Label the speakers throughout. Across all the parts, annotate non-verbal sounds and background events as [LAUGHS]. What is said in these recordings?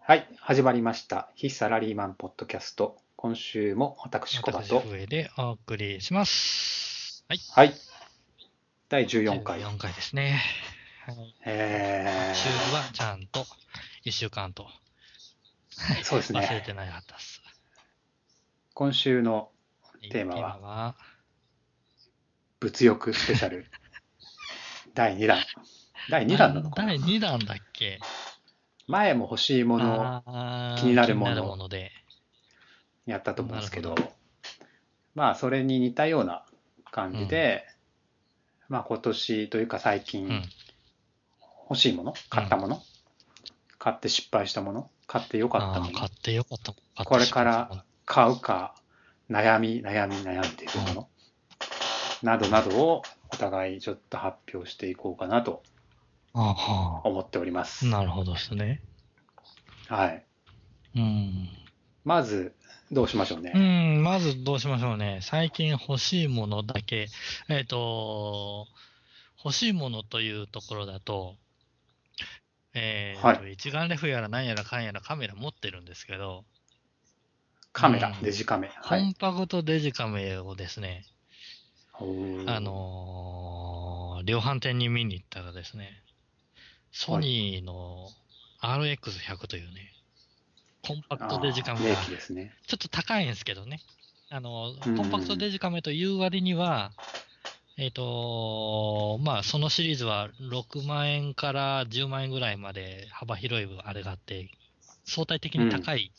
Speaker 1: はい、始まりました。非サラリーマンポッドキャスト。今週も私、小葉
Speaker 2: 私、
Speaker 1: と。
Speaker 2: 笛でお送りします。はい。
Speaker 1: はい。第14回。
Speaker 2: 4回ですね。はい。
Speaker 1: え
Speaker 2: チューブはちゃんと1週間と
Speaker 1: ー、そうです
Speaker 2: 忘れ
Speaker 1: ね。
Speaker 2: てなかったっす。
Speaker 1: 今週の
Speaker 2: はい
Speaker 1: テーマは
Speaker 2: テーマは
Speaker 1: 物欲スペシャ
Speaker 2: [LAUGHS]
Speaker 1: ル。第2弾。第2弾なのかな
Speaker 2: 第2弾だっけ
Speaker 1: 前も欲しいものを
Speaker 2: あー
Speaker 1: 気になるもの
Speaker 2: 気になるもので。
Speaker 1: やったと思うんですけど
Speaker 2: なる、
Speaker 1: まあ、それに似たような感じで、まあ、今年というか最
Speaker 2: う
Speaker 1: 近、
Speaker 2: ん。
Speaker 1: 欲しいもの買ったもの、買って失敗したもの買ってよかった
Speaker 2: あ
Speaker 1: も
Speaker 2: ー
Speaker 1: の
Speaker 2: 買ってよかった。買って
Speaker 1: これから
Speaker 2: しまっ
Speaker 1: 買うか悩み悩み悩んでいるもの、などなどをお互いちょっと発表していこうかなと
Speaker 2: たあーは
Speaker 1: 思っております
Speaker 2: ー、なるほどですね。
Speaker 1: はい、
Speaker 2: うん。
Speaker 1: まずどうしましょうね、
Speaker 2: うん、まずどうしましょうね。最近欲しいものだけ。えっ、と、欲しいものというところだと、えーと
Speaker 1: は
Speaker 2: 一眼レフやら何やらかんやらカメラ持ってるんですけど、
Speaker 1: カメラ、
Speaker 2: うん
Speaker 1: デジカメは
Speaker 2: コ
Speaker 1: い
Speaker 2: ンパクトデジカメをですね、
Speaker 1: おー
Speaker 2: あのー量販店に見に行ったらですね、ソニーの RX100 というね、コンパクトデジカ
Speaker 1: あ
Speaker 2: メ
Speaker 1: ー
Speaker 2: が
Speaker 1: 名機ですね
Speaker 2: ちょっと高いんですけどね。あの、
Speaker 1: うん
Speaker 2: コンパクトデジカメという割には、えっ、と、まあ、そのシリーズは6万円から10万円ぐらいまで幅広いあれがあって、相対的に高い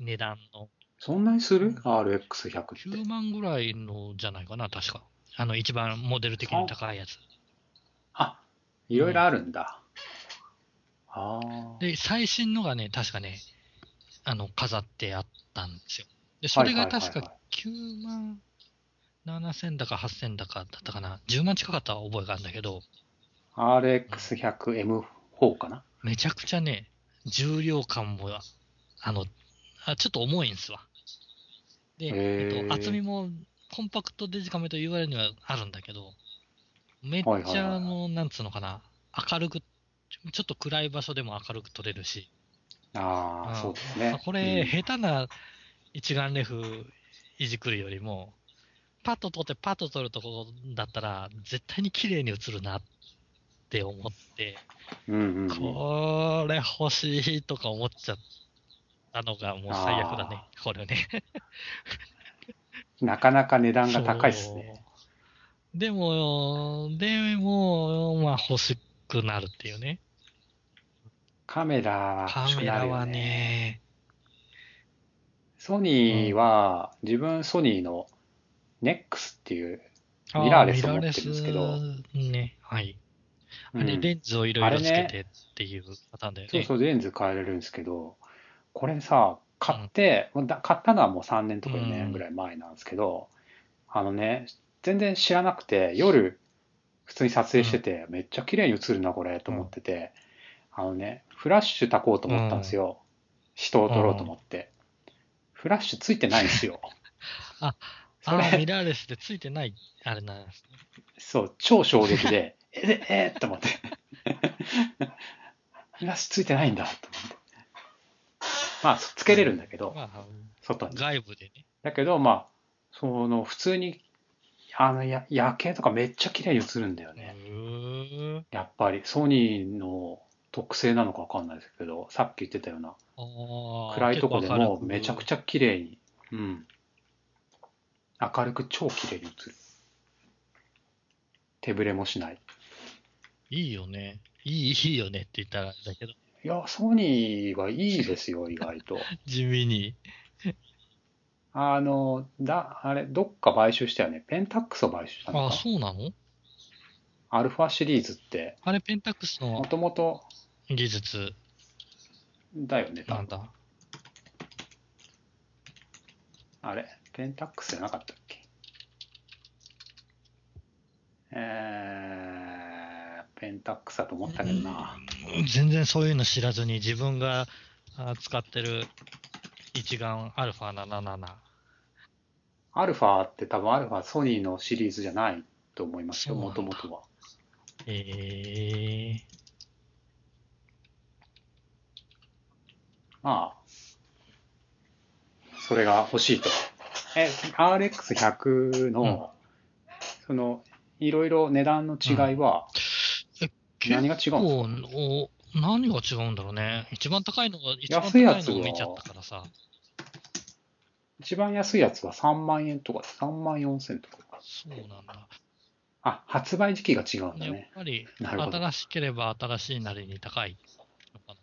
Speaker 2: 値段の、
Speaker 1: そんなにする
Speaker 2: うん
Speaker 1: ?RX100 っ
Speaker 2: 9
Speaker 1: て
Speaker 2: 万ぐらいのじゃないかな、確か。あの、一番モデル的に高いやつ。
Speaker 1: あいろいろあるんだ、ああ
Speaker 2: で、最新のがね、確かね、あの、飾ってあったんですよ。で、それが確か9万7000だか8000だかだったかな、10万近かった覚えがあるんだけど、
Speaker 1: RX100M4 かな
Speaker 2: めちゃくちゃね、重量感も、あの、あちょっと重いんですわ。で、
Speaker 1: へー
Speaker 2: えっと、厚みもコンパクトデジカメと言われるにはあるんだけど、めっちゃ、
Speaker 1: はいはいはいはい
Speaker 2: あの、なんつうのかな、明るく、ちょちょっと暗い場所でも明るく撮れるし、
Speaker 1: ああ、そ
Speaker 2: うん
Speaker 1: うです
Speaker 2: まあ
Speaker 1: ね。
Speaker 2: これ、
Speaker 1: うん
Speaker 2: 下手な一眼レフいじくるよりも、パッと撮ってパッと撮るとこだったら、絶対に綺麗に映るなって思って、
Speaker 1: うんうんうん、
Speaker 2: これ欲しいとか思っちゃったのがもう最悪だね、これね。
Speaker 1: なかなか値段が高いですね。
Speaker 2: そうでも、でも、まあ欲しくなるっていうね。
Speaker 1: カメラは
Speaker 2: カ
Speaker 1: 欲しく
Speaker 2: メ
Speaker 1: な
Speaker 2: ラ
Speaker 1: るよ
Speaker 2: は
Speaker 1: ね。
Speaker 2: ね、
Speaker 1: ソニーは、自分ソニーの NEX っていう、
Speaker 2: あ
Speaker 1: ミラーレスを持ってるんですけど
Speaker 2: ミラーレスね、はい。
Speaker 1: う
Speaker 2: あれ、
Speaker 1: ん
Speaker 2: レンズをいろいろつけ
Speaker 1: あれ
Speaker 2: てっていうパターンだよ
Speaker 1: そ
Speaker 2: ね。
Speaker 1: うそうレンズ変えれるんですけど、これさ、買って、もうだ買ったのはもう3年とか4
Speaker 2: う
Speaker 1: 年
Speaker 2: ん
Speaker 1: ぐらい前なんですけど、あのね、全然知らなくて、夜、普通に撮影してて、めっちゃ綺麗に映るな、これ、と思ってて、あのね、フラッシュ焚こうと思ったんですよ。人を撮ろうと思って。フラッシュついてないんですよ。
Speaker 2: あ、
Speaker 1: それ
Speaker 2: あーミラーレスでついてない、あれなんですね。
Speaker 1: そう、超衝撃で、 [LAUGHS] え、え、えーって思 [LAUGHS] って。フラッシュついてないんだ、と思って。まあ、つけれるんだけど、
Speaker 2: まあ、
Speaker 1: 外に。
Speaker 2: 外部でね。
Speaker 1: だけど、まあ、その、普通に、あの、や夜景とかめっちゃ綺麗に映るんだよね。
Speaker 2: うーん
Speaker 1: やっぱり、ソニーの特性なのかわかんないですけど、さっき言ってたような、
Speaker 2: あー
Speaker 1: 暗いとこでもめちゃく
Speaker 2: 結
Speaker 1: ちゃ綺麗に、うん。明るく超綺麗に映る。手ぶれもしない。
Speaker 2: 構明るくいいよね。いい、いいよねって言ったらあれだけど、
Speaker 1: いや、ソニーはいいです
Speaker 2: [LAUGHS]
Speaker 1: よ、意外と。
Speaker 2: 地味に。
Speaker 1: あの、だ、あれ、どっか買収したよね。ペンタックスを買収したの
Speaker 2: あ、
Speaker 1: か
Speaker 2: そうなの
Speaker 1: アルファシリーズって、
Speaker 2: あれ、ペンタックス
Speaker 1: も
Speaker 2: の
Speaker 1: ともと
Speaker 2: 技術
Speaker 1: だよね、多
Speaker 2: な
Speaker 1: 分
Speaker 2: んだ。
Speaker 1: あれ、ペンタックスじゃなかったっけえー、ペンタックスだと思ったけどな。
Speaker 2: 全然そういうの知らずに、自分があー使ってる一眼 α77。
Speaker 1: アルファって多分アルファソニーのシリーズじゃないと思いますよ、
Speaker 2: そう
Speaker 1: も
Speaker 2: なん
Speaker 1: と
Speaker 2: だ
Speaker 1: もとは。
Speaker 2: えー、
Speaker 1: まあ、それが欲しいと。え、RX100 の、その、いろいろ値段の違いは、何が違うんですか
Speaker 2: 結構お何が違うんだろうね。一番高いのが、一番
Speaker 1: 安
Speaker 2: 高
Speaker 1: い
Speaker 2: い
Speaker 1: やつは
Speaker 2: のを見ちゃったからさ。
Speaker 1: 一番安いやつは3万円とか、3万4千とか。
Speaker 2: そうなんだ。
Speaker 1: あ、発売時期が違うんだ
Speaker 2: やっ
Speaker 1: ね。
Speaker 2: ぱり、
Speaker 1: なるほど
Speaker 2: 新しければ新しいなりに高いのか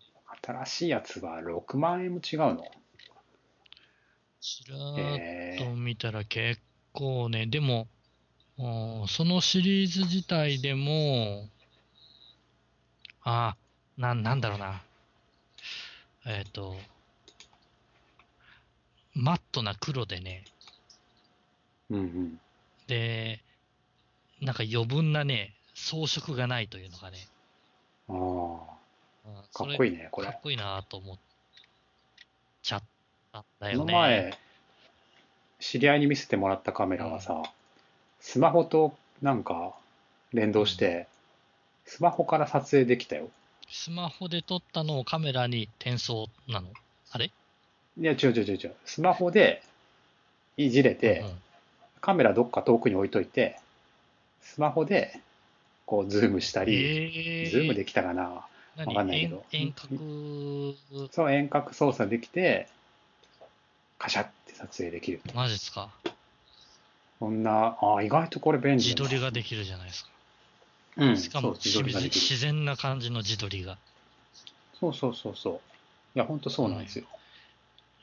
Speaker 2: な。
Speaker 1: 新しいやつは6万円も違うの。
Speaker 2: ちらーっ
Speaker 1: え
Speaker 2: と
Speaker 1: ー、
Speaker 2: 見たら結構ね、でも、おーそのシリーズ自体でも、あーな、なんだろうな。えっ、と、マットな黒でね、
Speaker 1: うんうん。
Speaker 2: で、なんか余分なね、装飾がないというのがね、
Speaker 1: あ
Speaker 2: うん
Speaker 1: あ、か
Speaker 2: そ
Speaker 1: っ
Speaker 2: れ
Speaker 1: こいいね、これ
Speaker 2: か。っこいいなと思っちゃったんだ
Speaker 1: こ
Speaker 2: よ
Speaker 1: の
Speaker 2: ね。
Speaker 1: 前、知り合いに見せてもらったカメラがさ、スマホとなんか連動して、スマホから撮影できたよ。
Speaker 2: スマホで撮ったのをカメラに転送なのあれ
Speaker 1: いや、違う違う違う違う。スマホでいじれて、
Speaker 2: うん
Speaker 1: カメラどっか遠くに置いといて、スマホでこうズームしたり、
Speaker 2: えー
Speaker 1: ズームできたかな。
Speaker 2: 何
Speaker 1: わかんないけど
Speaker 2: 遠遠隔、
Speaker 1: そう遠隔操作できて、カシャって撮影できる。
Speaker 2: マジっすか。
Speaker 1: こんな、ああ、意外とこれ便利
Speaker 2: 自
Speaker 1: だ
Speaker 2: 撮
Speaker 1: な。
Speaker 2: りができるじゃないですか。
Speaker 1: うん、
Speaker 2: しかも
Speaker 1: そう自撮りができる
Speaker 2: 自然な感じの自撮りが。
Speaker 1: そうそうそうそう。いや、ほんとそうなんですよ。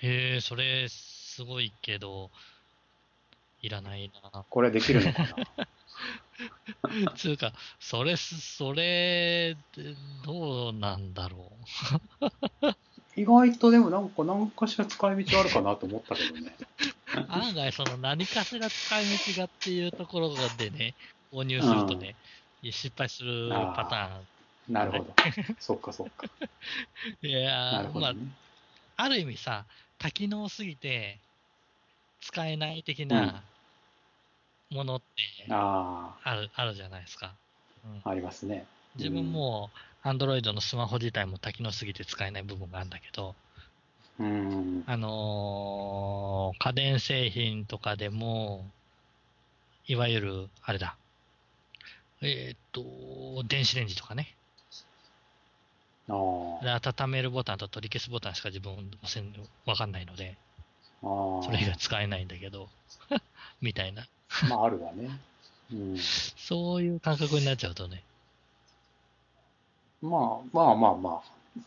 Speaker 2: へえー、それ、すごいけど、いらないな。
Speaker 1: これできるのかな
Speaker 2: [LAUGHS] つうか、それす、それ、どうなんだろ
Speaker 1: [LAUGHS] [LAUGHS]
Speaker 2: う。
Speaker 1: 意外とでもなんか何かしら使い道あるかなと思ったけどね。
Speaker 2: 案外、その何かしら使い道がっていうところでね、購入するとね、失敗するパタ
Speaker 1: なるほど。そっかそっか。
Speaker 2: ーン。いや
Speaker 1: なる
Speaker 2: ー、
Speaker 1: ほ
Speaker 2: ま
Speaker 1: ど
Speaker 2: あ、
Speaker 1: ね。
Speaker 2: ある意味さ、多機能すぎて、使えない的
Speaker 1: うん
Speaker 2: なものって
Speaker 1: あ
Speaker 2: ある、あるじゃないですか。うん
Speaker 1: あ、ありますね。
Speaker 2: 自分も、アンドロイドのスマホ自体も多機能すぎて使えない部分があるんだけど、
Speaker 1: うん。
Speaker 2: あのー家電製品とかでも、いわゆる、あれだ、えーっと、電子レンジとかね。
Speaker 1: あー
Speaker 2: あれ温めるボタンと取り消すボタンしか自分押せん、わかんないので、
Speaker 1: あー。
Speaker 2: それが使えないんだけど、 [LAUGHS] みたいな。
Speaker 1: まあ、あるわね。うん。
Speaker 2: そういう感覚になっちゃうとね。
Speaker 1: まあまあまあまあ。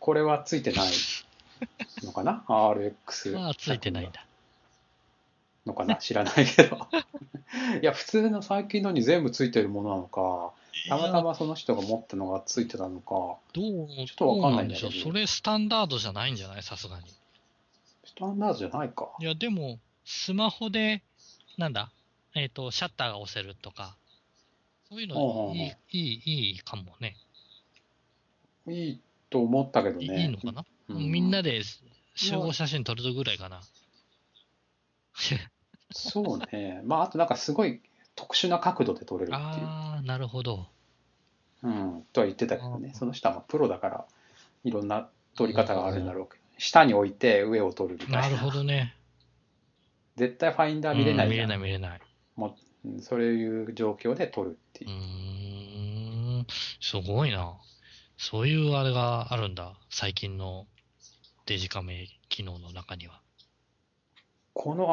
Speaker 1: これはついてないのかな ?RX。
Speaker 2: まあ、ついてないんだ。
Speaker 1: のかな [LAUGHS] 知らないけど。いや、普通の最近のに全部ついてるものなのか、たまたまその人が持ったのがついてたのか、
Speaker 2: どう、
Speaker 1: っとわかんないんだ
Speaker 2: どうで
Speaker 1: け
Speaker 2: し
Speaker 1: ど
Speaker 2: ょう。それスタンダードじゃないんじゃないさすがに。
Speaker 1: スタンダードじゃないか。
Speaker 2: いや、でも、スマホで、なんだ、えっ、と、シャッターが押せるとか、そういうのい
Speaker 1: あ
Speaker 2: い、いい、いいかもね。
Speaker 1: いいと思ったけどね。
Speaker 2: いいいいのかな、
Speaker 1: う
Speaker 2: みんなで集合写真撮るぐらいかな。
Speaker 1: そうね。まあ、あとなんかすごい特殊な角度で撮れるっていう。
Speaker 2: [LAUGHS] あー、なるほど。
Speaker 1: うん。とは言ってたけどね。
Speaker 2: あー
Speaker 1: その人はまあプロだから、いろんな撮り方があるんだろうけど、下に置いて上を撮るみたいな。
Speaker 2: なるほどね。
Speaker 1: 絶対ファインダー見れな
Speaker 2: う
Speaker 1: い
Speaker 2: ん見
Speaker 1: じゃ
Speaker 2: れ
Speaker 1: ん
Speaker 2: ない、見れない。
Speaker 1: うんそういう状況で撮るっていうう。
Speaker 2: ーん、すごいな。そういうあれがあるんだ。最近のデジカメ機能の中には。
Speaker 1: この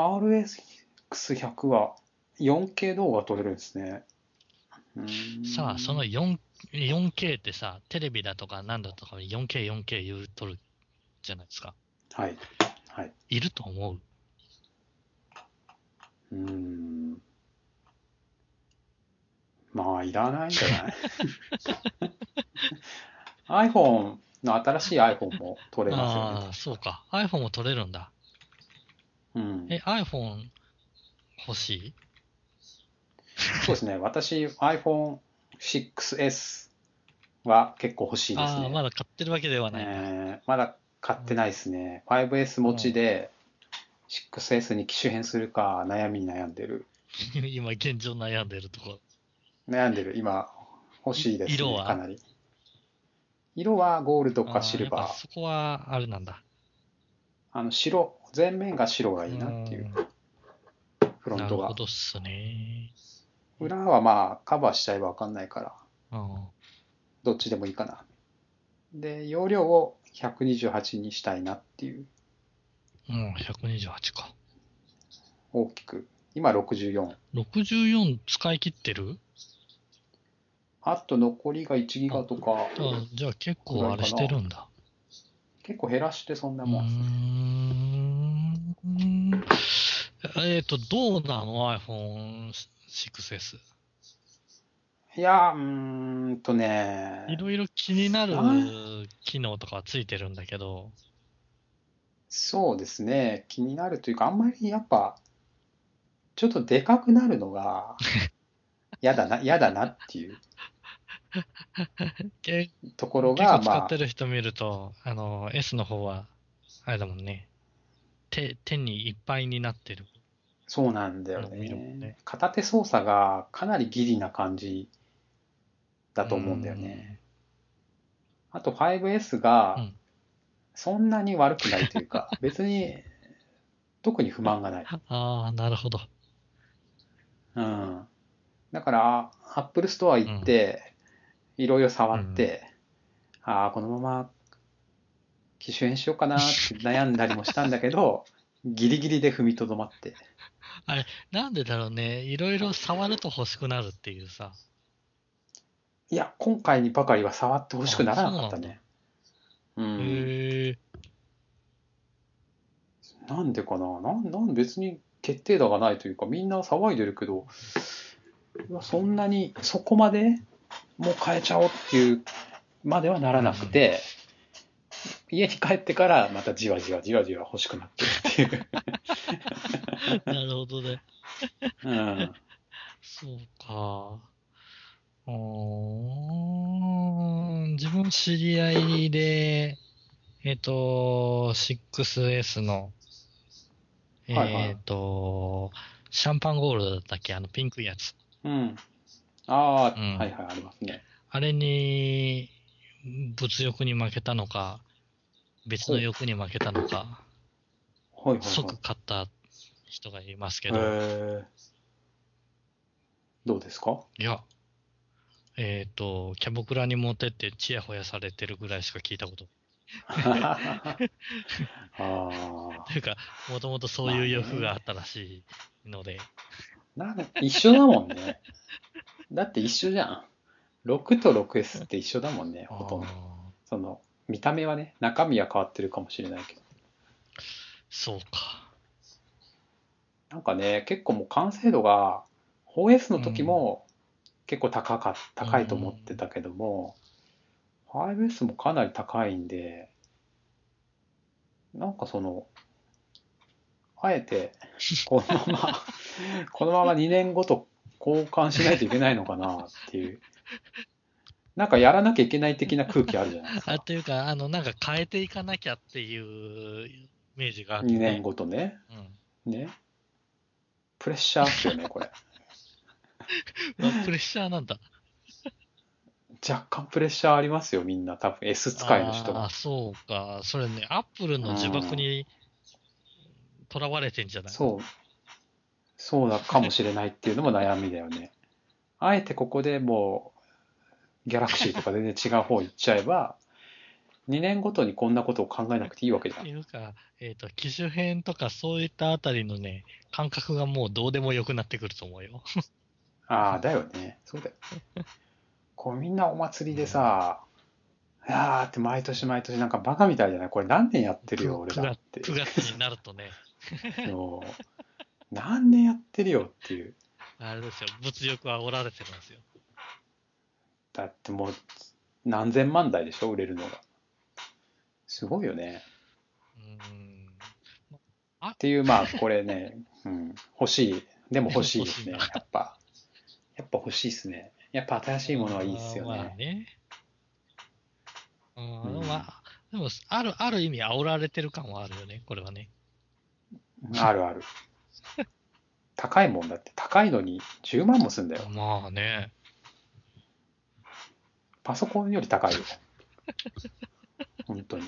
Speaker 1: RX100 は 4K 動画撮れるんですね。うーん
Speaker 2: さあ、その 4K 4K ってさ、テレビだとかなんだとか 4K、4K 言うとるじゃないですか。
Speaker 1: はい。はい。
Speaker 2: いると思う。
Speaker 1: うーん。まあ、いらないんじゃ
Speaker 2: [LAUGHS]
Speaker 1: ない ?iPhone の新しい iPhone も撮れますよね
Speaker 2: ああ、そうか。iPhone も撮れるんだ。。
Speaker 1: うん、
Speaker 2: え、iPhone 欲しい
Speaker 1: そうですね。私、iPhone6S は結構欲しいです
Speaker 2: あ
Speaker 1: ね。
Speaker 2: あ、まだ買ってるわけではないな。
Speaker 1: えーまだ買ってないですね。5S 持ちで 6S に機種変するか悩みに悩んでる。
Speaker 2: [LAUGHS] 今現状悩んでるところ。
Speaker 1: 悩んでる。今、欲しいです、ね。
Speaker 2: 色は
Speaker 1: かなり。色はゴールドかシル
Speaker 2: あや
Speaker 1: バ
Speaker 2: っぱ
Speaker 1: ー。
Speaker 2: そこは、あれなんだ。
Speaker 1: あの白、全面が白がいいなっていう、フロン
Speaker 2: な
Speaker 1: ト
Speaker 2: る
Speaker 1: が
Speaker 2: ほ。どっすね。
Speaker 1: 裏はまあカバーしちゃえばわかんないから、
Speaker 2: うん。
Speaker 1: どっちでもいいかな。で、容量を128にしたいなっていう、
Speaker 2: うん、128か。
Speaker 1: 大きく。今64。
Speaker 2: 64使い切ってる
Speaker 1: あと残りが1ギガとか、
Speaker 2: あじゃあ結構あれしてるんだ。
Speaker 1: 結構減らしてそんな
Speaker 2: うー
Speaker 1: もん。
Speaker 2: ん。えっ、と、どうなの ?iPhone6S。
Speaker 1: いやー、うーんとね、
Speaker 2: いろいろ気になる
Speaker 1: あ
Speaker 2: 機能とかはついてるんだけど、
Speaker 1: そうですね、気になるというか、あんまりやっぱ、ちょっとでかくなるの
Speaker 2: [LAUGHS]
Speaker 1: が、嫌だな、嫌だなっていう
Speaker 2: け
Speaker 1: ところ
Speaker 2: 結
Speaker 1: が、
Speaker 2: 構使
Speaker 1: ま
Speaker 2: っ
Speaker 1: あ
Speaker 2: て、る人見ると、あの、S の方は、あれだもんね。手、手にいっぱいになってる。
Speaker 1: そうなんだよ
Speaker 2: うん見るもん
Speaker 1: ね
Speaker 2: ね。
Speaker 1: 片手操作がかなりギリな感じだと思うんだよね。あと 5S
Speaker 2: う
Speaker 1: が
Speaker 2: ん、
Speaker 1: そんなに悪くないというか、別に、特に不満がない。
Speaker 2: ああ、なるほど。
Speaker 1: うん。だから、Apple Store 行って、いろいろ触って、ああ、このまま、機種変しようかなって悩んだりもしたんだけ [LAUGHS] ど、ギリギリで踏みとどまって。
Speaker 2: なんでだろうね。いろいろ触ると欲しくなるっていうさ。
Speaker 1: いや、今回にばかりは触ってほしくならなかったね。うん。
Speaker 2: へえ。
Speaker 1: なんでかななん、なん、別に決定打がないというか、みんな騒いでるけど、うわそんなに、そこまで、もう変えちゃおうっていうまではならなくて、家に帰ってから、またじわじわじわじわ欲しくなってるっていう。
Speaker 2: [LAUGHS] なるほどね。
Speaker 1: うん。
Speaker 2: そうか。うーん。自分知り合いで、えっ、と、6S の、えっ、
Speaker 1: はいはい
Speaker 2: と、シャンパンゴールドだったっけあのピンクいやつ。
Speaker 1: うん。ああ、
Speaker 2: うん
Speaker 1: はいはい、ありますね。
Speaker 2: あれに、物欲に負けたのか、別の欲に負けたのか、
Speaker 1: はいはい、はい
Speaker 2: 即。買った人がいますけ
Speaker 1: え
Speaker 2: ど、
Speaker 1: ー、どうですか [LAUGHS]
Speaker 2: いや、えっ、と、キャバクラに持ってってチヤホヤされてるぐらいしか聞いたこと。
Speaker 1: ああ。
Speaker 2: という [LAUGHS] か、もともとそういう欲があったらしいので、
Speaker 1: なんか一緒だもんね。だって一緒じゃん。6と 6S って一緒だもんね、
Speaker 2: あ
Speaker 1: ほとんど
Speaker 2: ー。
Speaker 1: その、見た目はね、中身は変わってるかもしれないけど。
Speaker 2: そうか。
Speaker 1: なんかね、結構もう完成度が、4S の時も結構高か、高いと思ってたけども、5S もかなり高いんで、なんかその、あえて、このまま、このまま2年ごと交換しないといけないのかなっていう。なんかやらなきゃいけない的な空気あるじゃないです
Speaker 2: あ
Speaker 1: か。
Speaker 2: というか、あの、なんか変えていかなきゃっていうイメージがあって、
Speaker 1: 2年ごとね。
Speaker 2: うん。
Speaker 1: ね。プレッシャーっすよね、これ。
Speaker 2: まあプレッシャーなんだ。
Speaker 1: 若干プレッシャーありますよ、みんな。多分 S 使いの人
Speaker 2: あ
Speaker 1: が
Speaker 2: ー。そうか。それね、アップルの呪縛に囚われてんじゃない
Speaker 1: そう。そうだかもしれないっていうのも悩みだよね。あえてここでもう、ギャラクシーとか全然違う方行っちゃえば、2年ごとにこんなことを考えなくていいわけじゃ
Speaker 2: って
Speaker 1: ん。
Speaker 2: いうか、えっ、と、機種編とかそういったあたりのね、感覚がもうどうでもよくなってくると思うよ。
Speaker 1: ああ、だよね。そうだよね。こうみんなお祭りでさ、あーって毎年毎年なんかバカみたいじゃないこれ何年やってるよ、俺らって。
Speaker 2: 9月になるとね、
Speaker 1: そう何年やってるよっていう。
Speaker 2: あれですよ、物欲はおられてるんですよ。
Speaker 1: だってもう何千万台でしょ売れるのがすごいよね
Speaker 2: うーん。
Speaker 1: っていうまあこれ
Speaker 2: [LAUGHS]
Speaker 1: ね、うん、欲しいでも欲しいですね
Speaker 2: で
Speaker 1: や
Speaker 2: も欲
Speaker 1: っぱやっぱ欲しいですねやっぱ新しいものはいいですよ
Speaker 2: まあ
Speaker 1: ね
Speaker 2: ね。うー、
Speaker 1: うんん
Speaker 2: まあ、でも、ある、ある意味煽られてる感はあるよね、これはね。
Speaker 1: あるある高いもんだって高いのに10万もすんだよ
Speaker 2: まあね。 [LAUGHS]
Speaker 1: パソコンより高いよ本当に。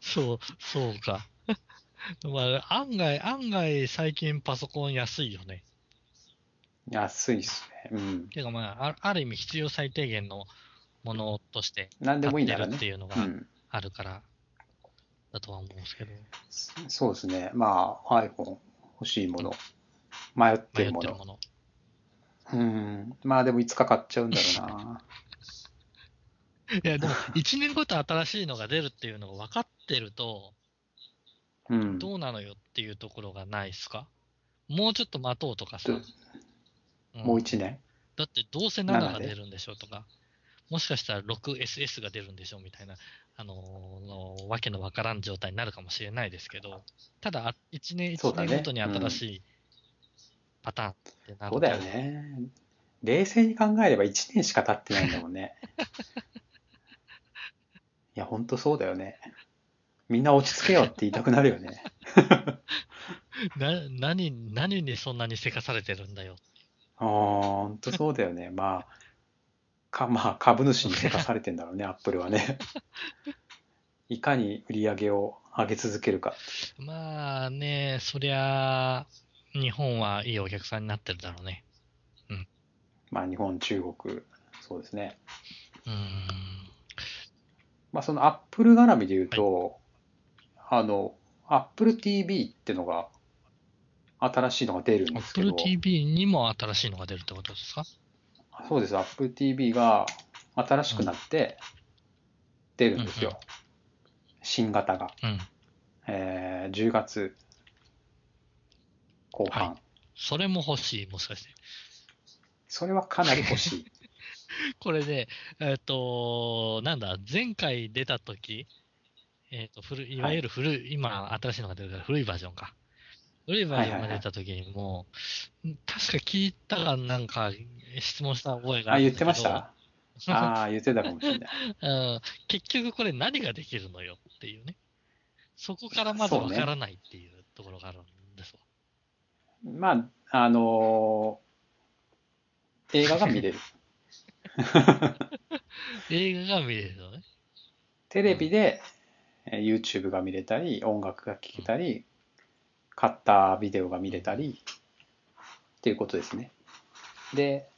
Speaker 2: そう、そうか。 [LAUGHS] まあ、案外、案外最近パソコン安いよね。
Speaker 1: 安いっすね。うん。
Speaker 2: ていうかまあ、あある意味必要最低限のものとして
Speaker 1: 何でもいいなら
Speaker 2: 買ってる
Speaker 1: ね
Speaker 2: っ。ていうのが
Speaker 1: うん。
Speaker 2: あるから、だとは思うんですけど、
Speaker 1: そうですね。まあ、iPhone 欲しいもの、迷ってる
Speaker 2: 迷っ
Speaker 1: も
Speaker 2: てる
Speaker 1: の。
Speaker 2: もの。
Speaker 1: うん。まあでもいつか買っちゃうんだろうな。
Speaker 2: いや、でも、1年ごと新しいのが出るっていうのが分かってると、
Speaker 1: [LAUGHS] うん。
Speaker 2: どうなのよっていうところがないですかもうちょっと待とうとかさ。
Speaker 1: ど
Speaker 2: ん
Speaker 1: もう一年
Speaker 2: だってどうせ7が
Speaker 1: 7で
Speaker 2: 出るんでしょとか、もしかしたら 6SS が出るんでしょみたいな、あのーのわけのわからん状態になるかもしれないですけど、ただ、1年
Speaker 1: そう
Speaker 2: 1
Speaker 1: だね
Speaker 2: 年ごとに新しいパターンってなると
Speaker 1: そうだよ。ね。冷静に考えれば1年しか経ってないんだもん [LAUGHS] ね。いや、ほんとそうだよね。みんな落ち着けよって言いたくなるよね。
Speaker 2: [LAUGHS] な何何にそんなにせかされてるんだよ。
Speaker 1: ああ、ほんとそうだよね。まあ、か、まあ、株主にせかされてんだろうね、アップルは [LAUGHS] ね。いかに売り上げを上げ続けるか。
Speaker 2: まあね、そりゃあ、日本はいいお客さんになってるだろうね。
Speaker 1: まあ、日本、中国、そうですね。
Speaker 2: うーん。
Speaker 1: まあ、そのアップル絡みで言うと、あの、Apple TV ってのが、新しいのが出るんですけど。
Speaker 2: Apple TV にも新しいのが出るってことですか
Speaker 1: そうです、Apple TV が新しくなって出るんですよ。
Speaker 2: うんう
Speaker 1: 新型が、
Speaker 2: うん。
Speaker 1: えー10月後半、
Speaker 2: はそれも欲しい、もしかして。 [LAUGHS]
Speaker 1: それはかなり欲しい。
Speaker 2: これで、えっ、と、なんだ、前回出た時えっ、と、古い、いわゆる古い、今、新しいのが出るから古いバージョンか。古いバージョンが出た時にもう、確か聞いたかなんか質問した覚えが
Speaker 1: あ、
Speaker 2: るん
Speaker 1: 言
Speaker 2: だ
Speaker 1: って
Speaker 2: けど
Speaker 1: ま
Speaker 2: [LAUGHS]
Speaker 1: したああ、言ってたかもしれない。
Speaker 2: うん結局これ何ができるのよっていうね。そこからまずわからないっていうところがあるんですわ。
Speaker 1: まあ、あのー映画が見れる。
Speaker 2: 映画が見れるのね。
Speaker 1: テレビで、えー YouTube が見れたり、音楽が聴けたり、買ったビデオが見れたり、っていうことですね。で、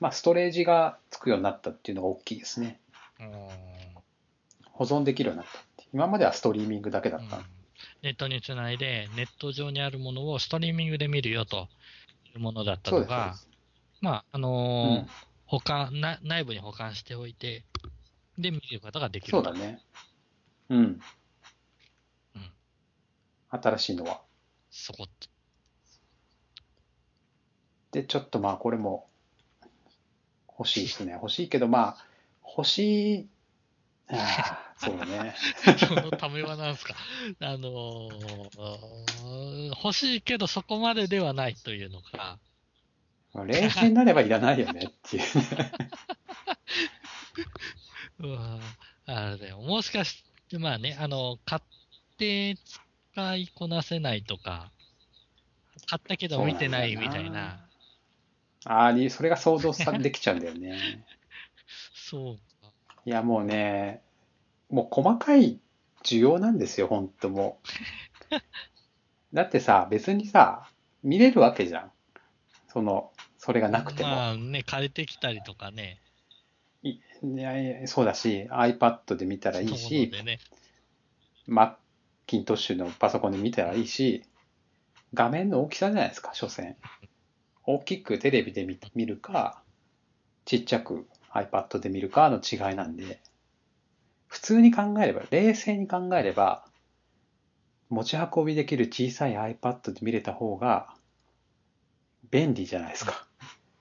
Speaker 1: まあ、ストレージがつくようになったっていうのが大きいですね。
Speaker 2: う
Speaker 1: 保存できるようになったって。今まではストリーミングだけだっ
Speaker 2: ん
Speaker 1: た。
Speaker 2: ネットにつないで、ネット上にあるものをストリーミングで見るよというものだった
Speaker 1: そう
Speaker 2: の
Speaker 1: です。そうで
Speaker 2: が、
Speaker 1: す
Speaker 2: まあ、あ
Speaker 1: う
Speaker 2: の
Speaker 1: ん、
Speaker 2: ー保管な、内部に保管しておいて、で、見ることができる
Speaker 1: そう
Speaker 2: と
Speaker 1: だね。うん
Speaker 2: うん。
Speaker 1: 新しいのは。
Speaker 2: そこって。
Speaker 1: で、ちょっとまあこれも欲しいですね。欲しいけどまあ、欲しい、ああ、そうだね。
Speaker 2: そのためはなんですか。 [LAUGHS] あのー欲しいけどそこまでではないというのか、
Speaker 1: 冷静になればいらないよねっていう。
Speaker 2: うわあれだよ。もしかして、まあね、あの、買って使いこなせないとか、買ったけ [LAUGHS] ど見てないみたいな。
Speaker 1: ああ、にそれが想像さできちゃうんだよね。
Speaker 2: そうか。
Speaker 1: いや、もうね、もう細かい需要なんですよ、本当もう。だってさ、別にさ、見れるわけじゃん。その、それがなくても。
Speaker 2: まあね、借りてきたりとかね。
Speaker 1: いいやいやそうだし、iPad で見たらいい
Speaker 2: そういう
Speaker 1: し
Speaker 2: の、でね。
Speaker 1: マッキントッシュのパソコンで見たらいいし、画面の大きさじゃないですか、所詮。大きくテレビで見見るか、ちっちゃく iPad で見るかの違いなんで、普通に考えれば、冷静に考えれば、持ち運びできる小さい iPad で見れた方が便利じゃないですか。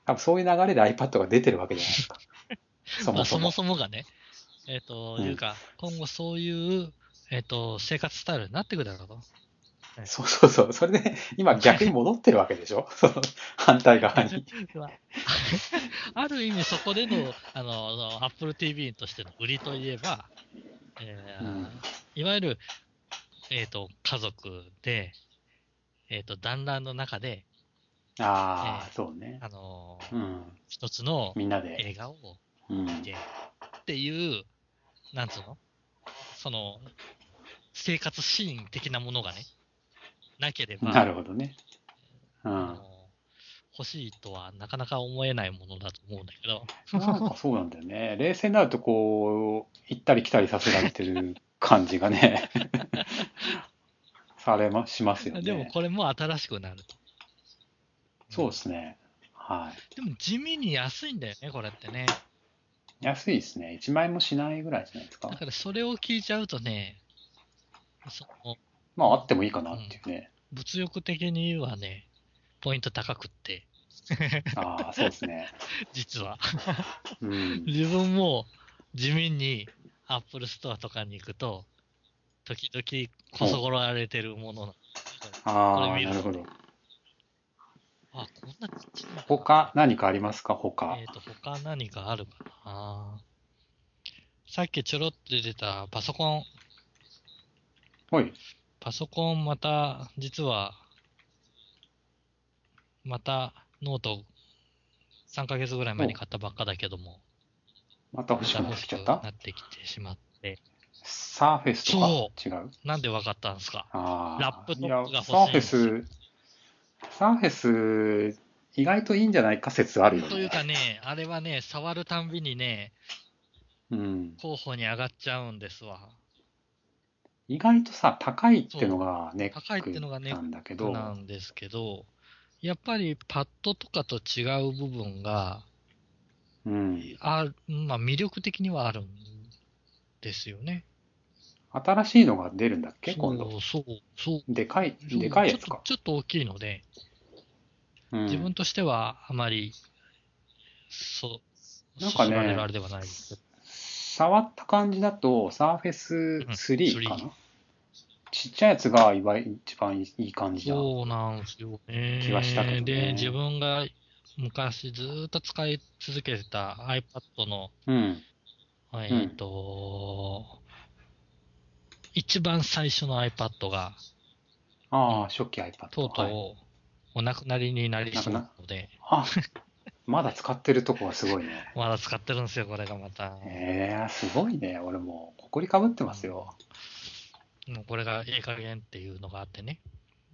Speaker 1: 多分そういう流れで iPad が出てるわけじゃないですか。そ
Speaker 2: ま
Speaker 1: も
Speaker 2: あ、
Speaker 1: そ
Speaker 2: そ
Speaker 1: も
Speaker 2: も。そもがね。えっ、と、
Speaker 1: うん
Speaker 2: いうか、今後そういう、えっ、と、生活スタイルになってくだろうと。
Speaker 1: [LAUGHS] そうそうそう。それで、今逆に戻ってるわけでしょ [LAUGHS] その反対側
Speaker 2: [LAUGHS]
Speaker 1: に。
Speaker 2: ある意味そこでの、あの、あの Apple TV としての売りといえば、えー
Speaker 1: うん
Speaker 2: いわゆる、えっ、と、家族で、えっ、と、団らんの中で、
Speaker 1: ああ
Speaker 2: え、え
Speaker 1: そうね。
Speaker 2: あのー
Speaker 1: うん。
Speaker 2: 一つの
Speaker 1: みんなで。
Speaker 2: 映画を
Speaker 1: うん。
Speaker 2: 見て、っていう、なんつうのその、生活シーン的なものがね、なければ、
Speaker 1: なるほどね。う
Speaker 2: あ
Speaker 1: ん
Speaker 2: の。欲しいとはなかなか思えないものだと思うんだけど、
Speaker 1: なんかそうなんだよね。冷静になるとこう、行ったり来たりさせられてる感じがね、 [LAUGHS] されま、しますよね。
Speaker 2: でもこれも新しくなると。
Speaker 1: そうですね。は
Speaker 2: でも地味に安いんだよね、これってね。
Speaker 1: い。安いですね。1万円もしないぐらいじゃないですか
Speaker 2: だ。からそれを聞いちゃうとね、その
Speaker 1: まあ、あってもいいかなっていうね。
Speaker 2: 物欲的にはね、ポイント高くって、
Speaker 1: ああ、そうですね。
Speaker 2: 実は。
Speaker 1: うん。
Speaker 2: 自分も地味にアップルストアとかに行くと、時々こそごられてるものなの
Speaker 1: あ
Speaker 2: こ
Speaker 1: あ、
Speaker 2: れ見る
Speaker 1: な
Speaker 2: と
Speaker 1: るほど。
Speaker 2: あ、こんなちっちゃいのか
Speaker 1: 他、何かありますか他
Speaker 2: えっ、。と、他何かあるかなさっきちょろっと出たパソコン。
Speaker 1: はい。
Speaker 2: パソコンまた、実は、またノート3ヶ月ぐらい前に買ったばっかだけども、
Speaker 1: また
Speaker 2: ま
Speaker 1: 欲しく
Speaker 2: た
Speaker 1: なっ
Speaker 2: 欲
Speaker 1: て
Speaker 2: し
Speaker 1: きち
Speaker 2: く
Speaker 1: ゃっ
Speaker 2: な
Speaker 1: た
Speaker 2: ってきてしまって、
Speaker 1: サーフェスとか違う
Speaker 2: なんでわかったんですか
Speaker 1: ああ。
Speaker 2: ラップトップが欲しい
Speaker 1: やサーフェス、サーフェス、意外といいんじゃないか説あるよね。
Speaker 2: というかね、あれはね、触るたんびにね、
Speaker 1: うん。
Speaker 2: 候補に上がっちゃうんですわ。
Speaker 1: 意外とさ、高いってのがネッ
Speaker 2: 高いってのが
Speaker 1: ク
Speaker 2: ネッ
Speaker 1: なんだけど、
Speaker 2: なんですけど、やっぱりパッドとかと違う部分が、
Speaker 1: うん。
Speaker 2: あまあ、魅力的にはあるんですよね。
Speaker 1: 新しいのが出るんだっけ今度。
Speaker 2: そう、そう、そう。
Speaker 1: でかい、でかいやつか。
Speaker 2: ちょっと。ちょっと大きいので、
Speaker 1: うん
Speaker 2: 自分としてはあまり、そう、
Speaker 1: なんかね
Speaker 2: そそられるあれではないです
Speaker 1: 触った感じだと、サーフェス3かな、
Speaker 2: うん
Speaker 1: ちっちゃいやつがいわゆる一番いい感じ
Speaker 2: け
Speaker 1: だ。
Speaker 2: ど。そうなんですよね。
Speaker 1: 気はしたけどね
Speaker 2: で、自分が昔ずーっと使い続けてた iPad の、
Speaker 1: うん。
Speaker 2: えっ、と、一番最初の iPad が、
Speaker 1: ああ、初期 iPad。
Speaker 2: とうとう、
Speaker 1: はい
Speaker 2: お亡くなりになりそうなので、
Speaker 1: あ、まだ使ってるとこがすごいね。
Speaker 2: まだ使ってるんですよ、これがまた。
Speaker 1: ええすごいね。俺もう、埃かぶってますよ。
Speaker 2: もうこれがええ加減っていうのがあってね。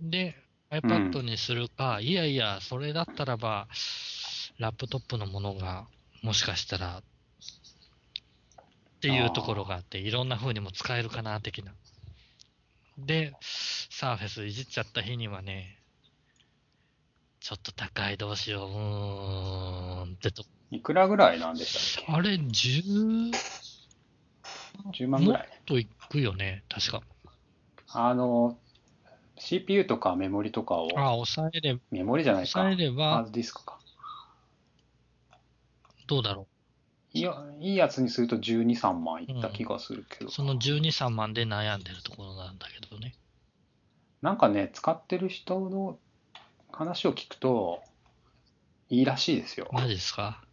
Speaker 2: で、iPad にするか、いやいや、それだったらば、ラップトップのものが、もしかしたら、っていうところがあって、いろんな風にも使えるかな、的な。で、サーフェスいじっちゃった日にはね、ちょっと高い、どうしよう、うーん、ってと。
Speaker 1: いくらぐらいなんでしたっ
Speaker 2: あれ、10
Speaker 1: け ?10 万ぐらい。
Speaker 2: といくよね、確か。
Speaker 1: あの、CPU とかメモリとかを、
Speaker 2: ああ、抑えれば、
Speaker 1: メモリじゃないか
Speaker 2: 抑え。れ
Speaker 1: ハー
Speaker 2: ば、
Speaker 1: ドディスクか。
Speaker 2: どうだろう。
Speaker 1: いや、いいやつにすると12、3万いった気がするけど。
Speaker 2: その12、3万で悩んでるところなんだけどね。
Speaker 1: なんかね、使ってる人の話を聞くと、いいらしいですよ。
Speaker 2: マジですか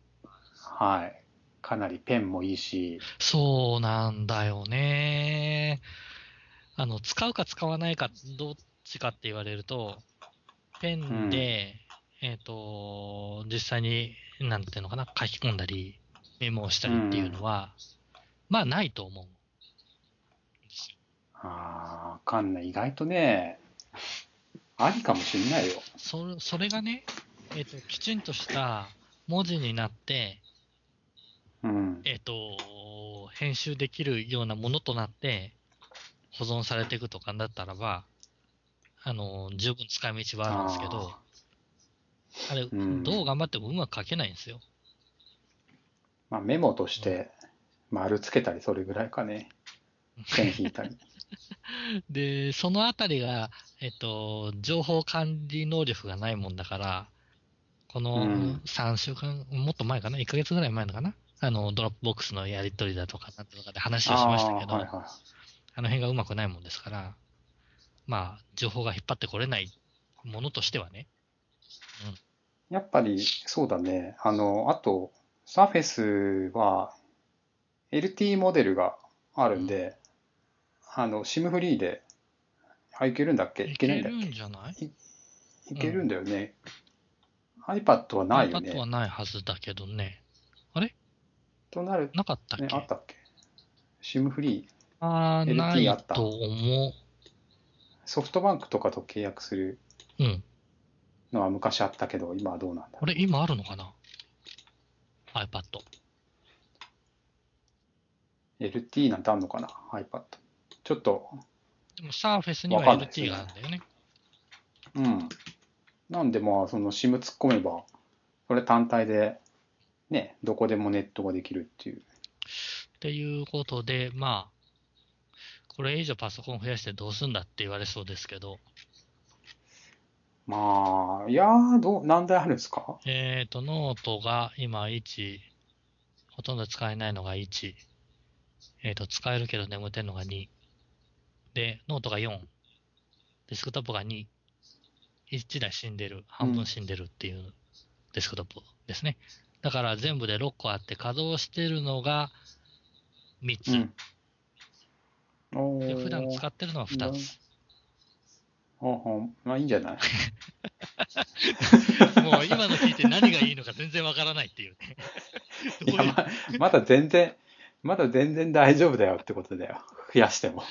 Speaker 1: はい。かなりペンもいいし、
Speaker 2: そうなんだよね。あの、使うか使わないか、どっちかって言われると、ペンで、えっ、と、実際に、なんていうのかな、書き込んだり、メモをしたりっていうのは、まあ、ないと思う。
Speaker 1: あーわかんない。意外とね、ありかもしんないよ。
Speaker 2: それそれがね、えっ、と、きちんとした文字になって、
Speaker 1: うん。
Speaker 2: えっ、と、編集できるようなものとなって、保存されていくとかだったらば、あの、十分使い道はあるんですけど、あれ、
Speaker 1: ん
Speaker 2: どう頑張ってもうまく書けないんですよ。
Speaker 1: まあ、メモとして、丸つけたり、それぐらいかね。ペン引いたり。
Speaker 2: で、そのあたりが、えっ、と、情報管理能力がないもんだから、こ
Speaker 1: う
Speaker 2: の
Speaker 1: ん
Speaker 2: 3週間、もっと前かな ?1 ヶ月ぐらい前のかなあの、ドロップボックスのやりとりだとか、なんとかで話 [LAUGHS] をしましたけど、
Speaker 1: あーはいは
Speaker 2: あの辺がうまくないもんですから、まあ、情報が引っ張ってこれないものとしてはね。
Speaker 1: い。やっぱり、そうだね。あの、あと、サーフェスは、LT モデルがあるんで、あの、SIM フリーで、あ、いけるんだっけいけないんだっ
Speaker 2: るんじゃない
Speaker 1: けいけるんだよね。iPad はないよ
Speaker 2: iPad は
Speaker 1: ね。
Speaker 2: ないはずだけどね。
Speaker 1: となる
Speaker 2: なかったっ
Speaker 1: ね、
Speaker 2: け
Speaker 1: あったっけシムフリー、
Speaker 2: あー
Speaker 1: LT
Speaker 2: ない
Speaker 1: あった
Speaker 2: と思
Speaker 1: ソフトバンクとかと契約する
Speaker 2: う。うん。
Speaker 1: のは昔あったけど、今はどうなんだ
Speaker 2: これ今あるのかな ?iPad。
Speaker 1: ?LT なんてあんのかな ?iPad。ちょっと、
Speaker 2: でも、サーフェスには
Speaker 1: わかんないです
Speaker 2: LT
Speaker 1: ね
Speaker 2: があるんだよね。
Speaker 1: うん。なんでまあ、その SIM 突っ込めば、それ単体で、ね、どこでもネットができるっていう。
Speaker 2: っていうことで、まあ、これ以上パソコン増やしてどうすんだって言われそうですけど、
Speaker 1: まあ、いやー、どう、何台あるんですか
Speaker 2: えっ、と、ノートが今1、ほとんど使えないのが1、えっ、と、使えるけど眠ってんのが2、で、ノートが4、デスクトップが2、1台死んでる、半分死んでるっていうデスクトップですね。だから全部で6個あって稼働してるのが3つ、
Speaker 1: うん。お
Speaker 2: で
Speaker 1: ー
Speaker 2: 普段使ってるのは2つ。
Speaker 1: ほんほんまあいいんじゃ
Speaker 2: [LAUGHS]
Speaker 1: ない
Speaker 2: もう今の聞いて何がいいのか全然わからないっていう
Speaker 1: [LAUGHS]
Speaker 2: ね。
Speaker 1: いやままだ全然、まだ全然大丈夫だよってことだよ。増やしても。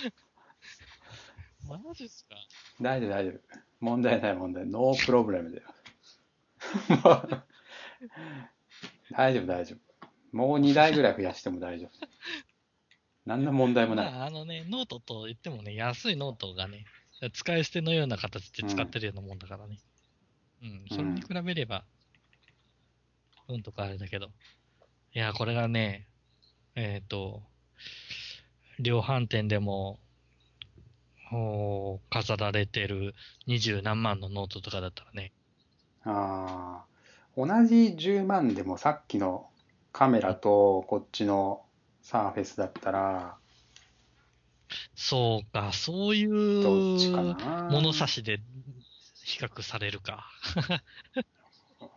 Speaker 2: マジっすか
Speaker 1: 大丈夫、大丈夫。問題ない問題ない。ノープロブレムだよ。 [LAUGHS] 大丈夫、大丈夫。もう2台ぐらい増やしても大丈夫。何の問題もない。
Speaker 2: まあ、あのね、ノートと言ってもね、安いノートがね、使い捨てのような形で使ってるようなもんだからね。うん、それに比べれば、うんとかあれだけど。いや、これがね、えっ、と、量販店でも、おー飾られてる二十何万のノートとかだったらね、
Speaker 1: あー同じ10万でもさっきのカメラとこっちのサーフェスだったら、
Speaker 2: そうか、そうい
Speaker 1: どっちか
Speaker 2: う
Speaker 1: な。
Speaker 2: 物差しで比較されるか。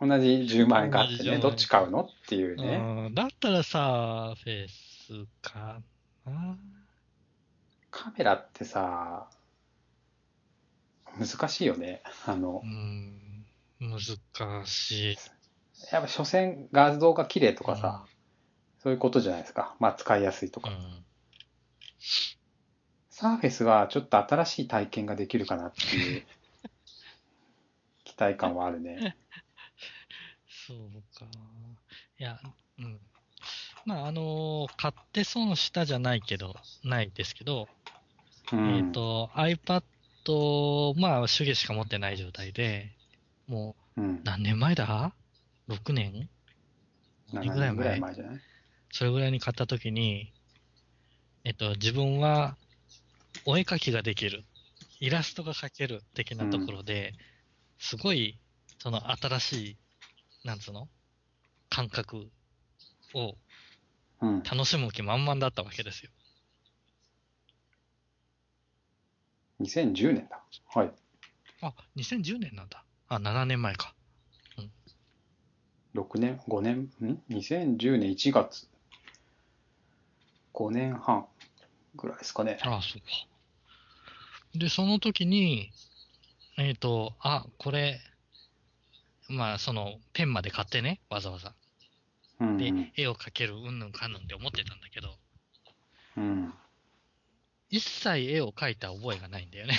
Speaker 1: 同じ10万円買って
Speaker 2: 同じ10万
Speaker 1: ね、
Speaker 2: 円
Speaker 1: どっち買うのっていうね、
Speaker 2: うんだったらさ、フェイスかな。
Speaker 1: カメラってさ、難しいよね。あの
Speaker 2: う、ん、難しい。
Speaker 1: やっぱ所詮画像が綺麗とかさ、そういうことじゃないですか。まあ使いやすいと
Speaker 2: う
Speaker 1: か。
Speaker 2: ん。
Speaker 1: サーフェスはちょっと新しい体験ができるかなって
Speaker 2: [LAUGHS]
Speaker 1: いう期待感はあるね。
Speaker 2: そうか。いや、うん。まあ、あの買って損したじゃないけど、ないですけど、
Speaker 1: うん、
Speaker 2: [LAUGHS] えっ、と、iPad、まあ、手芸しか持ってない状態で、もう、
Speaker 1: うん、
Speaker 2: 何年前だ ?6 年
Speaker 1: 7年ぐらい前じゃない
Speaker 2: それぐらいに買ったときに、えっと、自分はお絵描きができる、イラストが描ける的なところで、すごい、その新しい、なんつうの感覚を
Speaker 1: うん。
Speaker 2: 楽しむ気満々だったわけですよ。
Speaker 1: 2010年だ。はい。
Speaker 2: あ、2010年なんだ。あ、7年前か。
Speaker 1: 6年、5年、ん ?2010 年1月。5年半ぐらいですかね。
Speaker 2: ああ、そうか。で、その時に、えっ、と、あ、これ、まあ、その、ペンまで買ってね、わざわざ。
Speaker 1: うん、
Speaker 2: で
Speaker 1: うん、
Speaker 2: 絵を描けるうんぬんかんぬんって思ってたんだけど、
Speaker 1: うん。
Speaker 2: 一切絵を描いた覚えがないんだよね。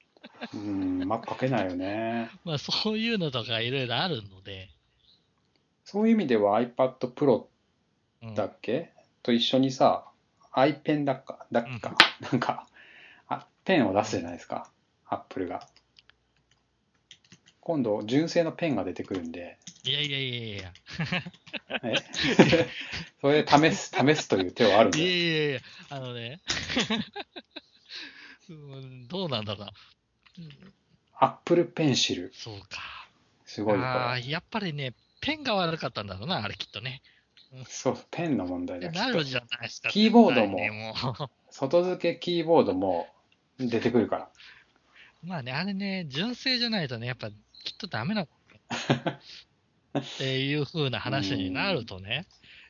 Speaker 2: [LAUGHS]
Speaker 1: うん、まあ、書けないよね。
Speaker 2: まあそういうのとかいろいろあるので、
Speaker 1: そういう意味では iPad Pro
Speaker 2: うん
Speaker 1: だっけと一緒にさ、iPen だっか、だっか、なんか、あ、ペンを出すじゃないですか、Apple が。今度、純正のペンが出てくるんで、
Speaker 2: いやいやいやいやいや。
Speaker 1: え [LAUGHS] それで試す、試すという手はあるん
Speaker 2: いや
Speaker 1: で、
Speaker 2: いやいや、あのね、 [LAUGHS] うんどうなんだろうな。うん
Speaker 1: Apple Pencil、
Speaker 2: そうか。
Speaker 1: すごいよこ
Speaker 2: ああ
Speaker 1: れ。
Speaker 2: ー、やっぱりね、ペンが悪かったんだろうな、あれきっとね。
Speaker 1: そう、ペンの問題だよき
Speaker 2: なる
Speaker 1: っ
Speaker 2: じ
Speaker 1: と
Speaker 2: ゃないですか。
Speaker 1: キーボードも
Speaker 2: 絶対ねもう
Speaker 1: 外付けキーボードも出てくるから。
Speaker 2: まあね、あれね、純正じゃないとね、やっぱきっとダ
Speaker 1: [LAUGHS]
Speaker 2: メなのねっていう風な話になるとね、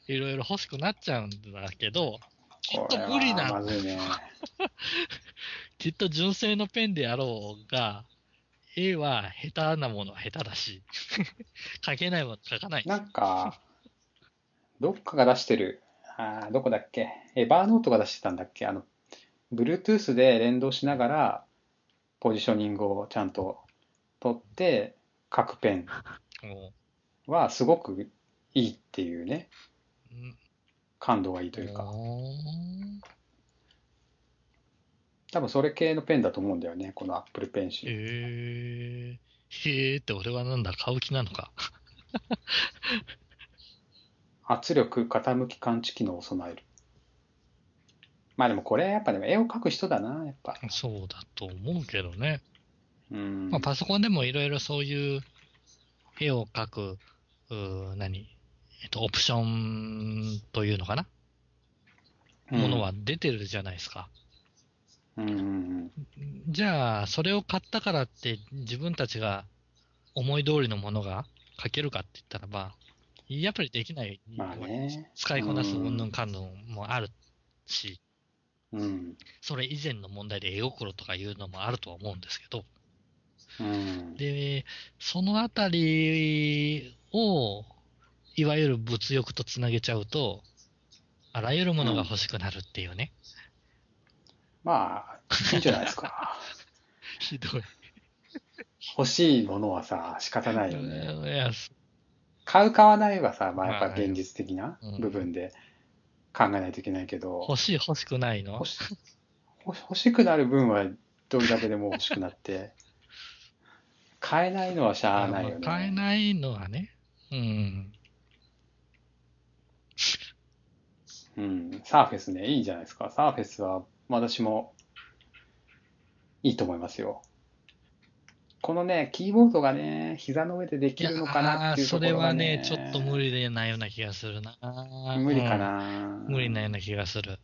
Speaker 2: いろいろ欲しくなっちゃうんだけど、きっ
Speaker 1: ことれは
Speaker 2: 無理な、
Speaker 1: まずいね。
Speaker 2: きっと純正のペンであろうが、絵は下手なものは下手だし、 [LAUGHS] 書けないものは書かない。
Speaker 1: なんか、どっかが出してるあーどこだっけエバーノートが出してたんだっけあの、Bluetooth で連動しながら、ポジショニングをちゃんと取って、書くペン
Speaker 2: お
Speaker 1: はすごくいいっていうね、
Speaker 2: うん
Speaker 1: 感度がいいというか、
Speaker 2: おー
Speaker 1: 多分それ系のペンだと思うんだよね、この Apple Pencil。
Speaker 2: へえ。へえって俺はなんだ、買う気なのか。 [LAUGHS]
Speaker 1: 圧力、傾き、感知機能を備える。まあでもこれやっぱでも絵を描く人だな、やっぱ。
Speaker 2: そうだと思うけどね。
Speaker 1: うん
Speaker 2: まあ、。パソコンでもいろいろそういう絵を描く、うー何、えっと、オプションというのかな、ものは出てるじゃないですか。
Speaker 1: うん。うんうん
Speaker 2: じゃあ、それを買ったからって自分たちが思い通りのものが描けるかって言ったらば、やっぱりできない。
Speaker 1: うん、まあね。
Speaker 2: 使いこなす云々感度もあるし、
Speaker 1: うん。
Speaker 2: それ以前の問題で絵心とかいうのもあるとは思うんですけど、
Speaker 1: うん。
Speaker 2: で、そのあたりを、いわゆる物欲とつなげちゃうと、あらゆるものが欲しくなるっていうね。
Speaker 1: まあ、いいんじゃないですか。
Speaker 2: ひどい。
Speaker 1: 欲しいものはさ、仕方ないよね。
Speaker 2: いや、そ
Speaker 1: 買う、買わないはさ、まあやっぱ
Speaker 2: まあね
Speaker 1: 現実的な
Speaker 2: うん
Speaker 1: 部分で考えないといけないけど、
Speaker 2: 欲しい欲しくないの
Speaker 1: 欲し欲し欲しくなる分はどれだけでも欲しくなって、買えないのはしゃあない
Speaker 2: [LAUGHS]
Speaker 1: よね。
Speaker 2: 買えないのはね。うん。
Speaker 1: うん、サーフェスね、いいじゃないですか。サーフェスは私もいいと思いますよ。このね、キーボードがね、膝の上でできるのかなっていう
Speaker 2: そ
Speaker 1: ところ
Speaker 2: れ
Speaker 1: が
Speaker 2: は
Speaker 1: ね、
Speaker 2: ね、ちょっと無理でないような気がするな。
Speaker 1: 無理かな、
Speaker 2: うん。無理なような気がする。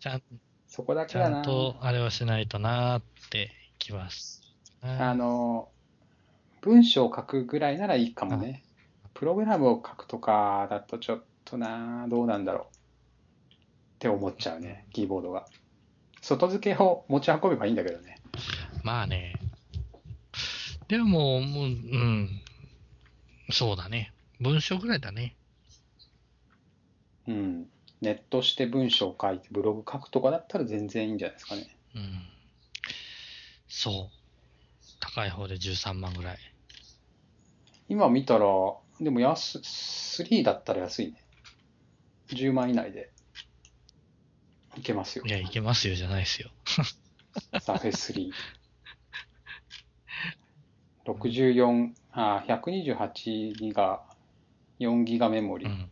Speaker 2: ちゃん
Speaker 1: そこだけ
Speaker 2: ち
Speaker 1: だ
Speaker 2: ゃん
Speaker 1: な。
Speaker 2: とあれをしないとなーってきます。
Speaker 1: あの、文章を書くぐらいならいいかもね。プログラムを書くとかだとちょっとな、どうなんだろう。って思っちゃうね、キーボードが。外付けを持ち運べばいいんだけどね。
Speaker 2: まあね。でも、もう、うん。そうだね。文章ぐらいだね。
Speaker 1: うん、ネットして文章を書いてブログ書くとかだったら全然いいんじゃないですかね。
Speaker 2: うん。そう。高い方で13万ぐらい。
Speaker 1: 今見たら、でも安、3だったら安いね。10万以内で。いけますよ
Speaker 2: い。や、いけますよじゃないですよ。
Speaker 1: サーフェス3。64、あ、128ギガ、4ギガメモリ
Speaker 2: う、ん。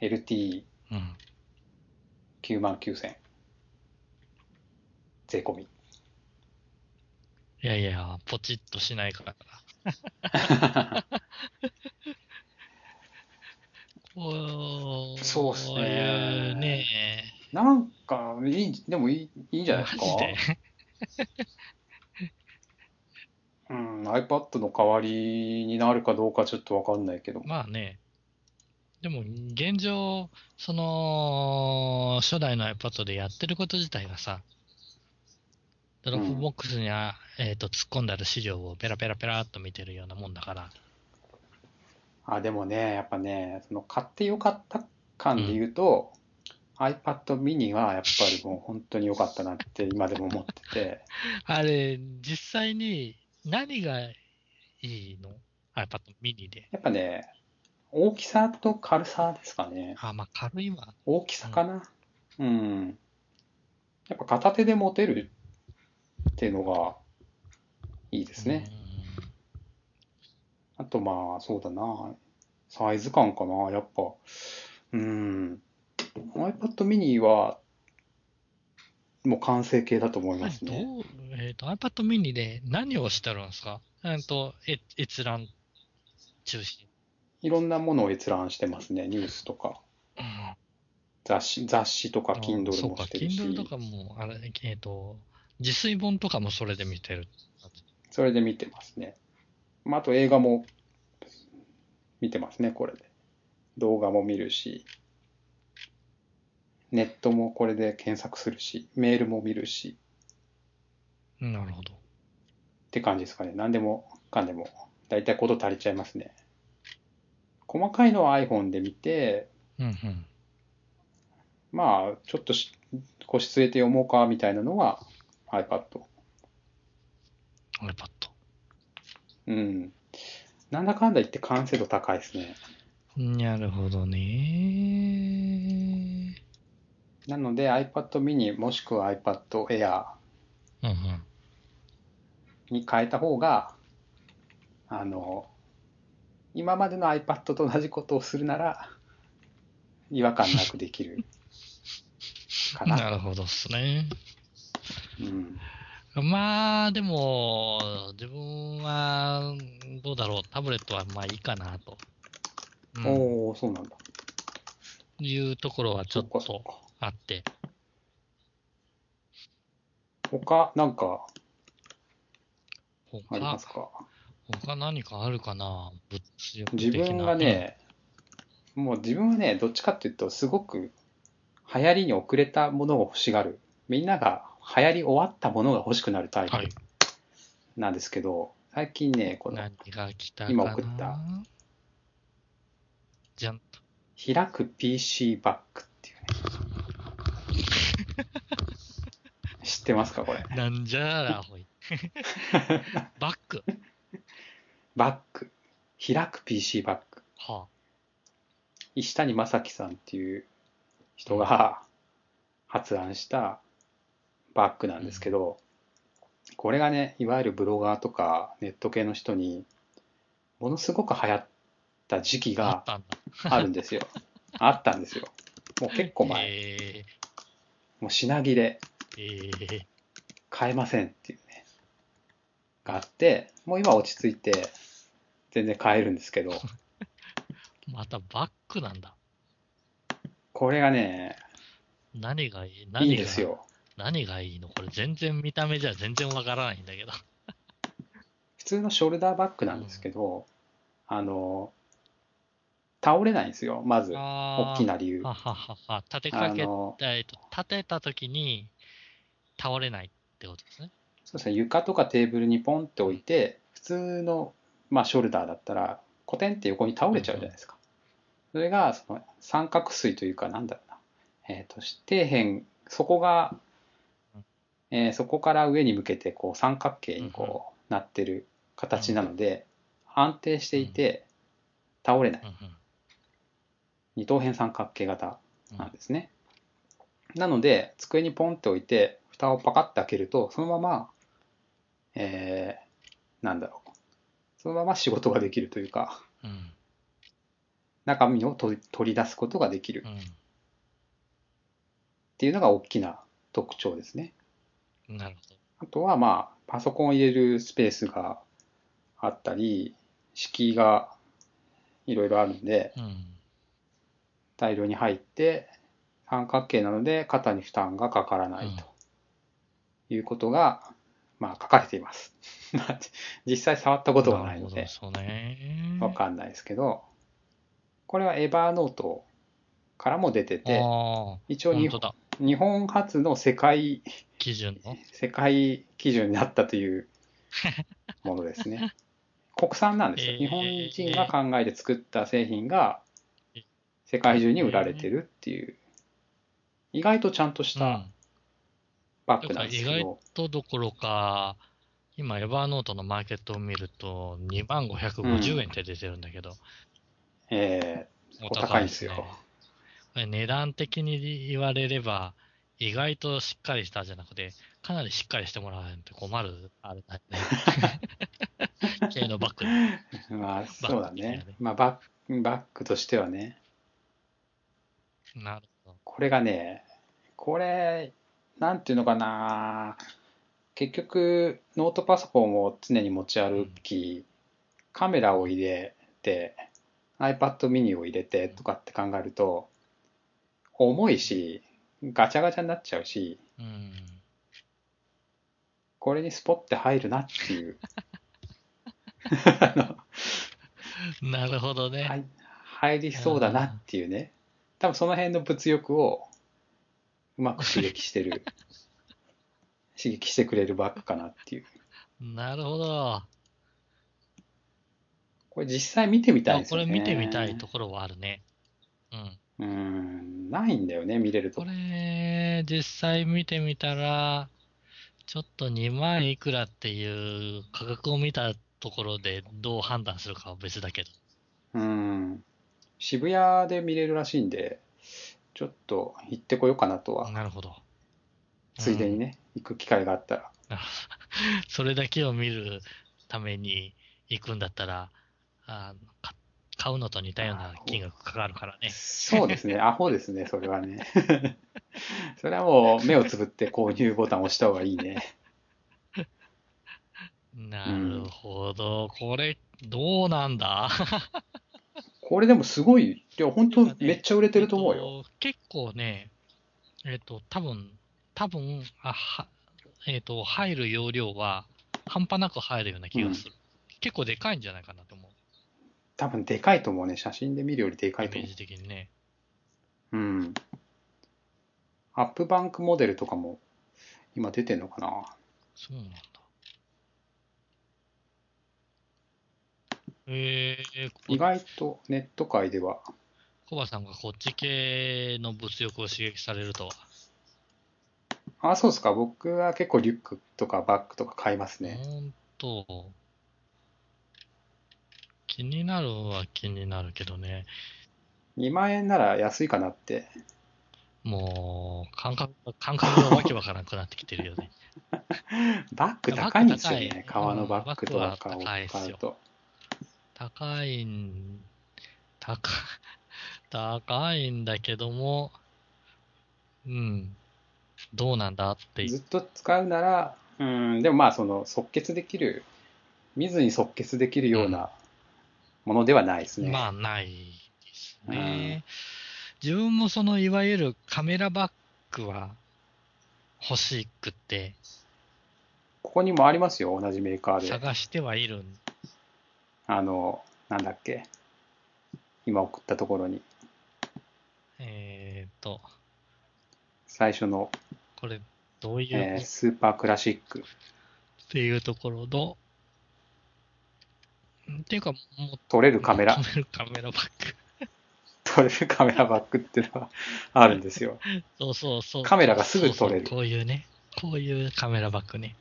Speaker 1: LTE99,000。
Speaker 2: うん。
Speaker 1: 税込み。 [LAUGHS]
Speaker 2: いやいや、ポチッとしないから。こう
Speaker 1: そうっすね
Speaker 2: こいうね。
Speaker 1: なんか、いい、でもいい、いいんじゃない
Speaker 2: マ
Speaker 1: ですか。
Speaker 2: ジで。
Speaker 1: うん、iPad の代わりになるかどうかちょっとわかんないけど。
Speaker 2: まあね。でも、現状、その、初代の iPad でやってること自体がさ、ドロップボックスにあ、えーと突っ込んである資料をペラペラペラっと見てるようなもんだから、
Speaker 1: あ、でもね、やっぱね、その買ってよかった感で言うと、iPad mini はやっぱりもう本当に良かったなって今でも思ってて、
Speaker 2: あれ、実際に何がいいの ?iPad mini で。
Speaker 1: やっぱね、大きさと軽さですかね。
Speaker 2: あ、まあ軽いわ。
Speaker 1: 大きさかな。うん。やっぱ片手で持てるっていうのがいいですね。あとまあ、そうだな。サイズ感かな。やっぱ、うん。iPad mini は、もう完成形だと思
Speaker 2: う
Speaker 1: い
Speaker 2: ん。
Speaker 1: ま
Speaker 2: あれ
Speaker 1: す
Speaker 2: どう
Speaker 1: ね。、
Speaker 2: えっ、と、iPad mini で何をしてるんですかえっと、え閲覧中心。
Speaker 1: いろんなものを閲覧してますね。ニュースとか、
Speaker 2: うん
Speaker 1: 雑誌、雑誌とか、
Speaker 2: あ
Speaker 1: Kindle もしてる
Speaker 2: そうか、Kindle と
Speaker 1: し、
Speaker 2: かも、あれ、えっ、と、自炊本とかもそれで見てる。
Speaker 1: それで見てますね。まあ、あと映画も見てますね、これで。動画も見るし、ネットもこれで検索するし、メールも見るし、
Speaker 2: なるほど。
Speaker 1: って感じですかね。何でもかんでも、だいたいこと足りちゃいますね。細かいのは iPhone で見て、
Speaker 2: うんうん。
Speaker 1: まあ、ちょっとし腰据えて読もうかみたいなのが iPad。
Speaker 2: iPad。
Speaker 1: うん。なんだかんだ言って完成度高いですね。
Speaker 2: なるほどね。
Speaker 1: なので iPad mini もしくは iPad Air
Speaker 2: うんうん。
Speaker 1: に変えた方が、あの、今までの iPad と同じことをするなら、違和感なくできるかな。
Speaker 2: [LAUGHS] なるほどっすね。
Speaker 1: うん。
Speaker 2: まあ、でも、自分は、どうだろう。タブレットはまあいいかなと。うん、
Speaker 1: おおそうなんだ。
Speaker 2: いうところはちょっ
Speaker 1: そっ
Speaker 2: と
Speaker 1: か
Speaker 2: あって。
Speaker 1: そっか。他、なんかあり
Speaker 2: 他
Speaker 1: ます、か
Speaker 2: 他何かあるかな物理的な
Speaker 1: 自分が、ね、もう自分はね、どっちかっていうと、すごく流行りに遅れたものを欲しがる。みんなが流行り終わったものが欲しくなるタイ
Speaker 2: はい
Speaker 1: プ。なんですけど、最近ね、この
Speaker 2: 何が来たかな
Speaker 1: 今送った
Speaker 2: じゃん。
Speaker 1: 開く PC バッグって
Speaker 2: [LAUGHS]
Speaker 1: いうね。知ってますかこれ。
Speaker 2: なんじゃ
Speaker 1: [LAUGHS]
Speaker 2: らほい。バック。
Speaker 1: バッグ。開く PC バッグ。
Speaker 2: は
Speaker 1: 石谷正樹さんっていう人が発案したバッグなんですけど、これがねいわゆるブロガーとかネット系の人にものすごく流行った時期
Speaker 2: あ。あ
Speaker 1: が
Speaker 2: っ [LAUGHS] たんだ。
Speaker 1: あるんですよあったんですよもう結構前、
Speaker 2: え
Speaker 1: もう品切れ
Speaker 2: ー、え
Speaker 1: 買えませんっていうねがあってもう今落ち着いて全然買えるんですけど
Speaker 2: ー、またバックなんだ。
Speaker 1: これがね
Speaker 2: 何がいい何
Speaker 1: い
Speaker 2: が
Speaker 1: いですよ
Speaker 2: 何がいいのこれ全然見た目じゃ全然わからないんだけど。
Speaker 1: 普通のショルダーバッグなんですけど、あの倒れないんですよまず大
Speaker 2: あー
Speaker 1: きな理由
Speaker 2: はははは。立て
Speaker 1: あ
Speaker 2: かけ、
Speaker 1: の
Speaker 2: えっと、立てたときに倒れないってことですね。
Speaker 1: そうですね床とかテーブルにポンって置いて普通の、まあ、ショルダーだったらコテンって横に倒れちゃうじゃないですか、それがその三角錐というかなんだろうなえっ、と底辺そこが、えーそこから上に向けてこう三角形にこうなってる形なので、安定していて倒れない
Speaker 2: うんうん
Speaker 1: 二等辺三角形型
Speaker 2: うん
Speaker 1: なんですね。なので、机にポンって置いて、蓋をパカッて開けると、そのまま、えー、なんだろう。そのまま仕事ができるというか、
Speaker 2: うん
Speaker 1: 中身を取り取り出すことができる
Speaker 2: う
Speaker 1: っ
Speaker 2: ん
Speaker 1: ていうのが大きな特徴ですね。
Speaker 2: うんなるほど。
Speaker 1: あとは、まあ、パソコンを入れるスペースがあったり、敷居がいろいろあるんで、
Speaker 2: うん。
Speaker 1: 大量に入って三角形なので肩に負担がかからないということが、まあ書かれています。 [LAUGHS] まあ実際触ったことがないの
Speaker 2: なる
Speaker 1: で
Speaker 2: ほどそうね。
Speaker 1: わかんないですけどこれはエバーノートからも出てて
Speaker 2: あ
Speaker 1: 一
Speaker 2: あ、
Speaker 1: 応
Speaker 2: 本
Speaker 1: 日
Speaker 2: 当
Speaker 1: 本
Speaker 2: だ。
Speaker 1: 日本初の世界
Speaker 2: 基準の。
Speaker 1: 世界基準になったというものです
Speaker 2: [LAUGHS]
Speaker 1: ね。国産なんですよ。
Speaker 2: えー
Speaker 1: 日本人が考えて作った製品が世界中に売られてるっていう、意外とちゃんとし
Speaker 2: う
Speaker 1: た
Speaker 2: ん
Speaker 1: バッグなんです
Speaker 2: な
Speaker 1: け
Speaker 2: んか
Speaker 1: ど、
Speaker 2: とどころか、今、エバーノートのマーケットを見ると、2万550円って出てるんだけど、
Speaker 1: えー、お高いんですよ。
Speaker 2: これ値段的に言われれば、意外としっかりしたじゃなくて、かなりしっかりしてもらわないと困る、あれだ
Speaker 1: [LAUGHS]
Speaker 2: ね。系のバッグ。
Speaker 1: まあ、そうだね
Speaker 2: バッグですよね。
Speaker 1: まあバッ、バッグとしてはね、
Speaker 2: なるほど。
Speaker 1: これがね、これ、なんていうのかな、結局、ノートパソコンを常に持ち歩き、カメラを入れて、iPad mini を入れてとかって考えると、重いし、ガチャガチャになっちゃうし、
Speaker 2: うん。
Speaker 1: これにスポッて入るなっていう。あの
Speaker 2: なるほどね。
Speaker 1: はい入りそうだなっていうね。多分その辺の物欲をうまく刺激してる。刺激してくれるバッグかなっていう。
Speaker 2: なるほど。
Speaker 1: これ実際見てみたい
Speaker 2: あ
Speaker 1: です
Speaker 2: こ
Speaker 1: よね。
Speaker 2: れ見てみたいと。ころはあるね。うん。
Speaker 1: うん。ないんだよね、見れると
Speaker 2: こ。れ、実際見てみたら、ちょっと2万いくらっていう価格を見たところでどう判断するかは別だけど。
Speaker 1: うん。渋谷で見れるらしいんで、ちょっと行ってこようかなとは、
Speaker 2: なるほど。
Speaker 1: ついでにね、行く機会があったら。
Speaker 2: うん。それだけを見るために行くんだったら、あか買うのと似たような金額かかるからね。
Speaker 1: そうです
Speaker 2: [LAUGHS]
Speaker 1: ね、アホですね、それはね。 [LAUGHS] それはもう目をつぶって購入ボタンを押した方がいいね。
Speaker 2: なるほど。これ、どうなんだ
Speaker 1: これでもすごい、いや、本当めっちゃ売れてると思うよ。
Speaker 2: えっと結構ね、えっ、と、多分多分あはえっ、と、入る容量は半端なく入るような気がする。結構でかいんじゃないかなと思う。
Speaker 1: 多分でかいと思うね、写真で見るよりでか
Speaker 2: イ
Speaker 1: いと
Speaker 2: メ
Speaker 1: 思
Speaker 2: ージ的にね。
Speaker 1: う。うん。アップバンクモデルとかも今出てんのかな。
Speaker 2: そうなんだ。えー、
Speaker 1: 意
Speaker 2: こ
Speaker 1: 外とネット界では、
Speaker 2: コバさんがこっち系の物欲を刺激されるとは。
Speaker 1: あ、そうですか、僕は結構リュックとかバッグとか買いますね。
Speaker 2: ほんと。気になるは気になるけどね。
Speaker 1: 2万円なら安いかなって。
Speaker 2: もう、感覚、感覚がわけわからなくなってきてるよね。 [LAUGHS]
Speaker 1: バッグ高いんですよね、
Speaker 2: バッグ高い
Speaker 1: 革のバッグとか
Speaker 2: う
Speaker 1: を
Speaker 2: んバッグは高いっすよ
Speaker 1: 買うと。
Speaker 2: 高いん、高、高いんだけども、うん、どうなんだってい
Speaker 1: ず
Speaker 2: う
Speaker 1: っ。と使うなら、うん、でもまあ、その即決できる、見ずに即決できるようなものではないですね。
Speaker 2: まあ、ないですね。自分もその、いわゆるカメラバッグは欲しくって、
Speaker 1: ここにもありますよ、同じメーカーで。
Speaker 2: 探してはいるん
Speaker 1: あの、なんだっけ。今送ったところに、
Speaker 2: えっ、と、
Speaker 1: 最初の、
Speaker 2: これ、どういう、
Speaker 1: えー
Speaker 2: っ
Speaker 1: スーパークラシック、
Speaker 2: ていうところの、んっていうか、もう
Speaker 1: 撮れるカメラ
Speaker 2: カ、メラカメラバッグ。
Speaker 1: 撮れるカメラバッグっていうのがあるんですよ。
Speaker 2: そうそうそう。
Speaker 1: カメラがすぐ撮れる
Speaker 2: そうそうこういうね。こういうカメラバッグね。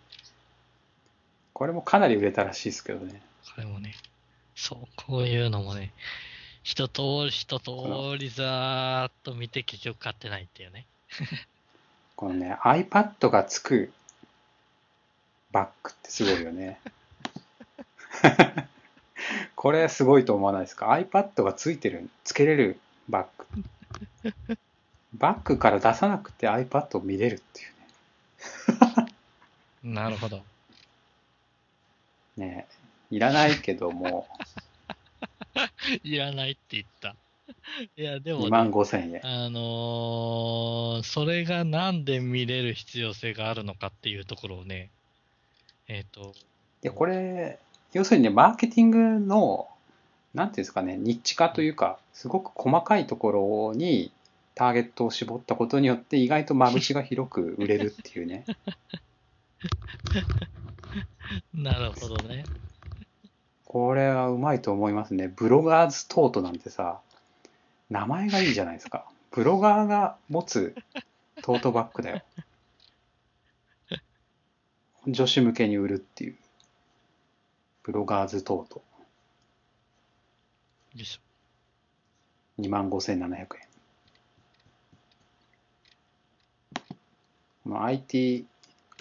Speaker 1: これもかなり売れたらしいですけどね。
Speaker 2: これもね。そう、こういうのもね。一通り一通りざーっと見て結局買ってないっていうね。
Speaker 1: このね、iPad がつくバッグってすごいよね。これすごいと思わないですか ?iPad がついてる、つけれるバッグ。バッグから出さなくて iPad を見れるっていう
Speaker 2: なるほど。
Speaker 1: ね。ねいらないけども、
Speaker 2: [LAUGHS] いらないって言った。いや、でも
Speaker 1: 2
Speaker 2: ね、
Speaker 1: 万5千円。
Speaker 2: あのーそれがなんで見れる必要性があるのかっていうところをね、えっ、と、
Speaker 1: いや、これ、要するにね、マーケティングの、なんていうんですかね、ニッチ化というか、すごく細かいところにターゲットを絞ったことによって、意外と間口が広く売れるっていうね。
Speaker 2: なるほどね。
Speaker 1: これはうまいと思いますね。ブロガーズトートなんてさ、名前がいいじゃないですか。ブロガーが持つトートバッグだよ。女子向けに売るっていう。ブロガーズトート。
Speaker 2: よいしょ。
Speaker 1: 25,700円。この IT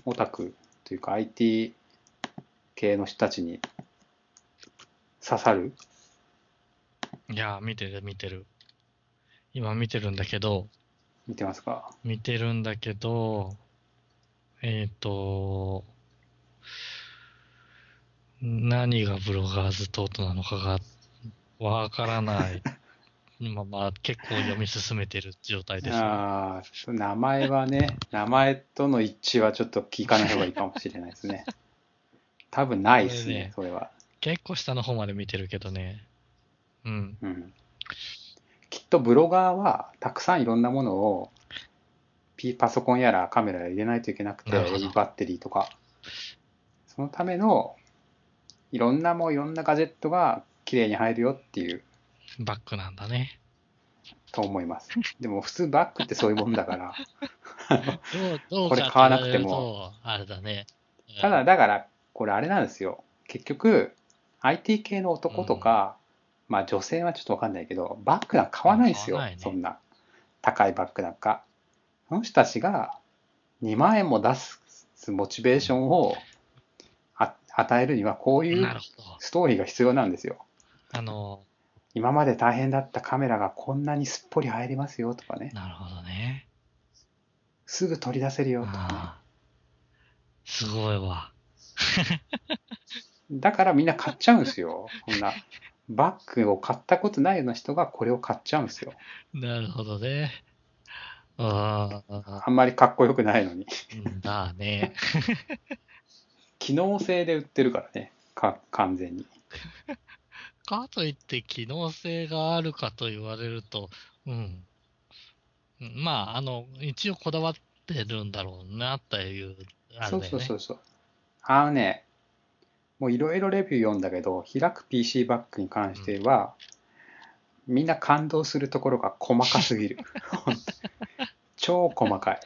Speaker 1: オタクというか IT 系の人たちに刺さる
Speaker 2: いやー、見てる、見てる。今見てるんだけど、
Speaker 1: 見てますか
Speaker 2: 見てるんだけど、えっ、と、何がブロガーズトートなのかがわから
Speaker 1: [LAUGHS]
Speaker 2: ない。まあまあ、結構読み進めてる状態です、
Speaker 1: ああ、名前はね、名前との一致はちょっと聞かない方がいいかもしれないですね。多分ないですね、それは。
Speaker 2: 結構下の方まで見てるけどね。うん。
Speaker 1: うん。きっとブロガーはたくさんいろんなものをピパソコンやらカメラやら入れないといけなくて、
Speaker 2: なるほど
Speaker 1: LED バッテリーとか。そのためのいろんなもういろんなガジェットが綺麗に入るよっていう
Speaker 2: バックなんだね。
Speaker 1: と思います。でも普通バックってそういうもんだから。
Speaker 2: どう、どう
Speaker 1: こ
Speaker 2: か
Speaker 1: れ
Speaker 2: って
Speaker 1: 買わなくても
Speaker 2: 言われるとあれだね。うん
Speaker 1: ただ、だから、これあれなんですよ。結局、IT 系の男とか、まあ女性はちょっとわかんないけど、バッグなんか買わないですよ。
Speaker 2: 買わないね
Speaker 1: そんな。高いバッグなんか。その人たちが2万円も出すモチベーションをあ与えるには、こういう
Speaker 2: なるほど。
Speaker 1: ストーリーが必要なんですよ。
Speaker 2: あの、
Speaker 1: 今まで大変だったカメラがこんなにすっぽり入りますよとかね。
Speaker 2: なるほどね。
Speaker 1: すぐ取り出せるよとかね。
Speaker 2: ああ。すごいわ。
Speaker 1: だからみんな買っちゃうんですよ。こんな。バッグを買ったことないような人がこれを買っちゃうんですよ。
Speaker 2: なるほどね。ああ、
Speaker 1: あんまりかっこよくないのに。
Speaker 2: だね。
Speaker 1: 機能性で売ってるからね。か完全に。
Speaker 2: かといって機能性があるかと言われると、うん。うんまあ、あの、一応こだわってるんだろうな、という、あれだ
Speaker 1: そ
Speaker 2: よ
Speaker 1: う
Speaker 2: ね。
Speaker 1: そうそうそう。あのね、もういろいろレビュー読んだけど、開く PC バッグに関しては、みんな感動するところが細かすぎる。 [LAUGHS] ほんと超細かい。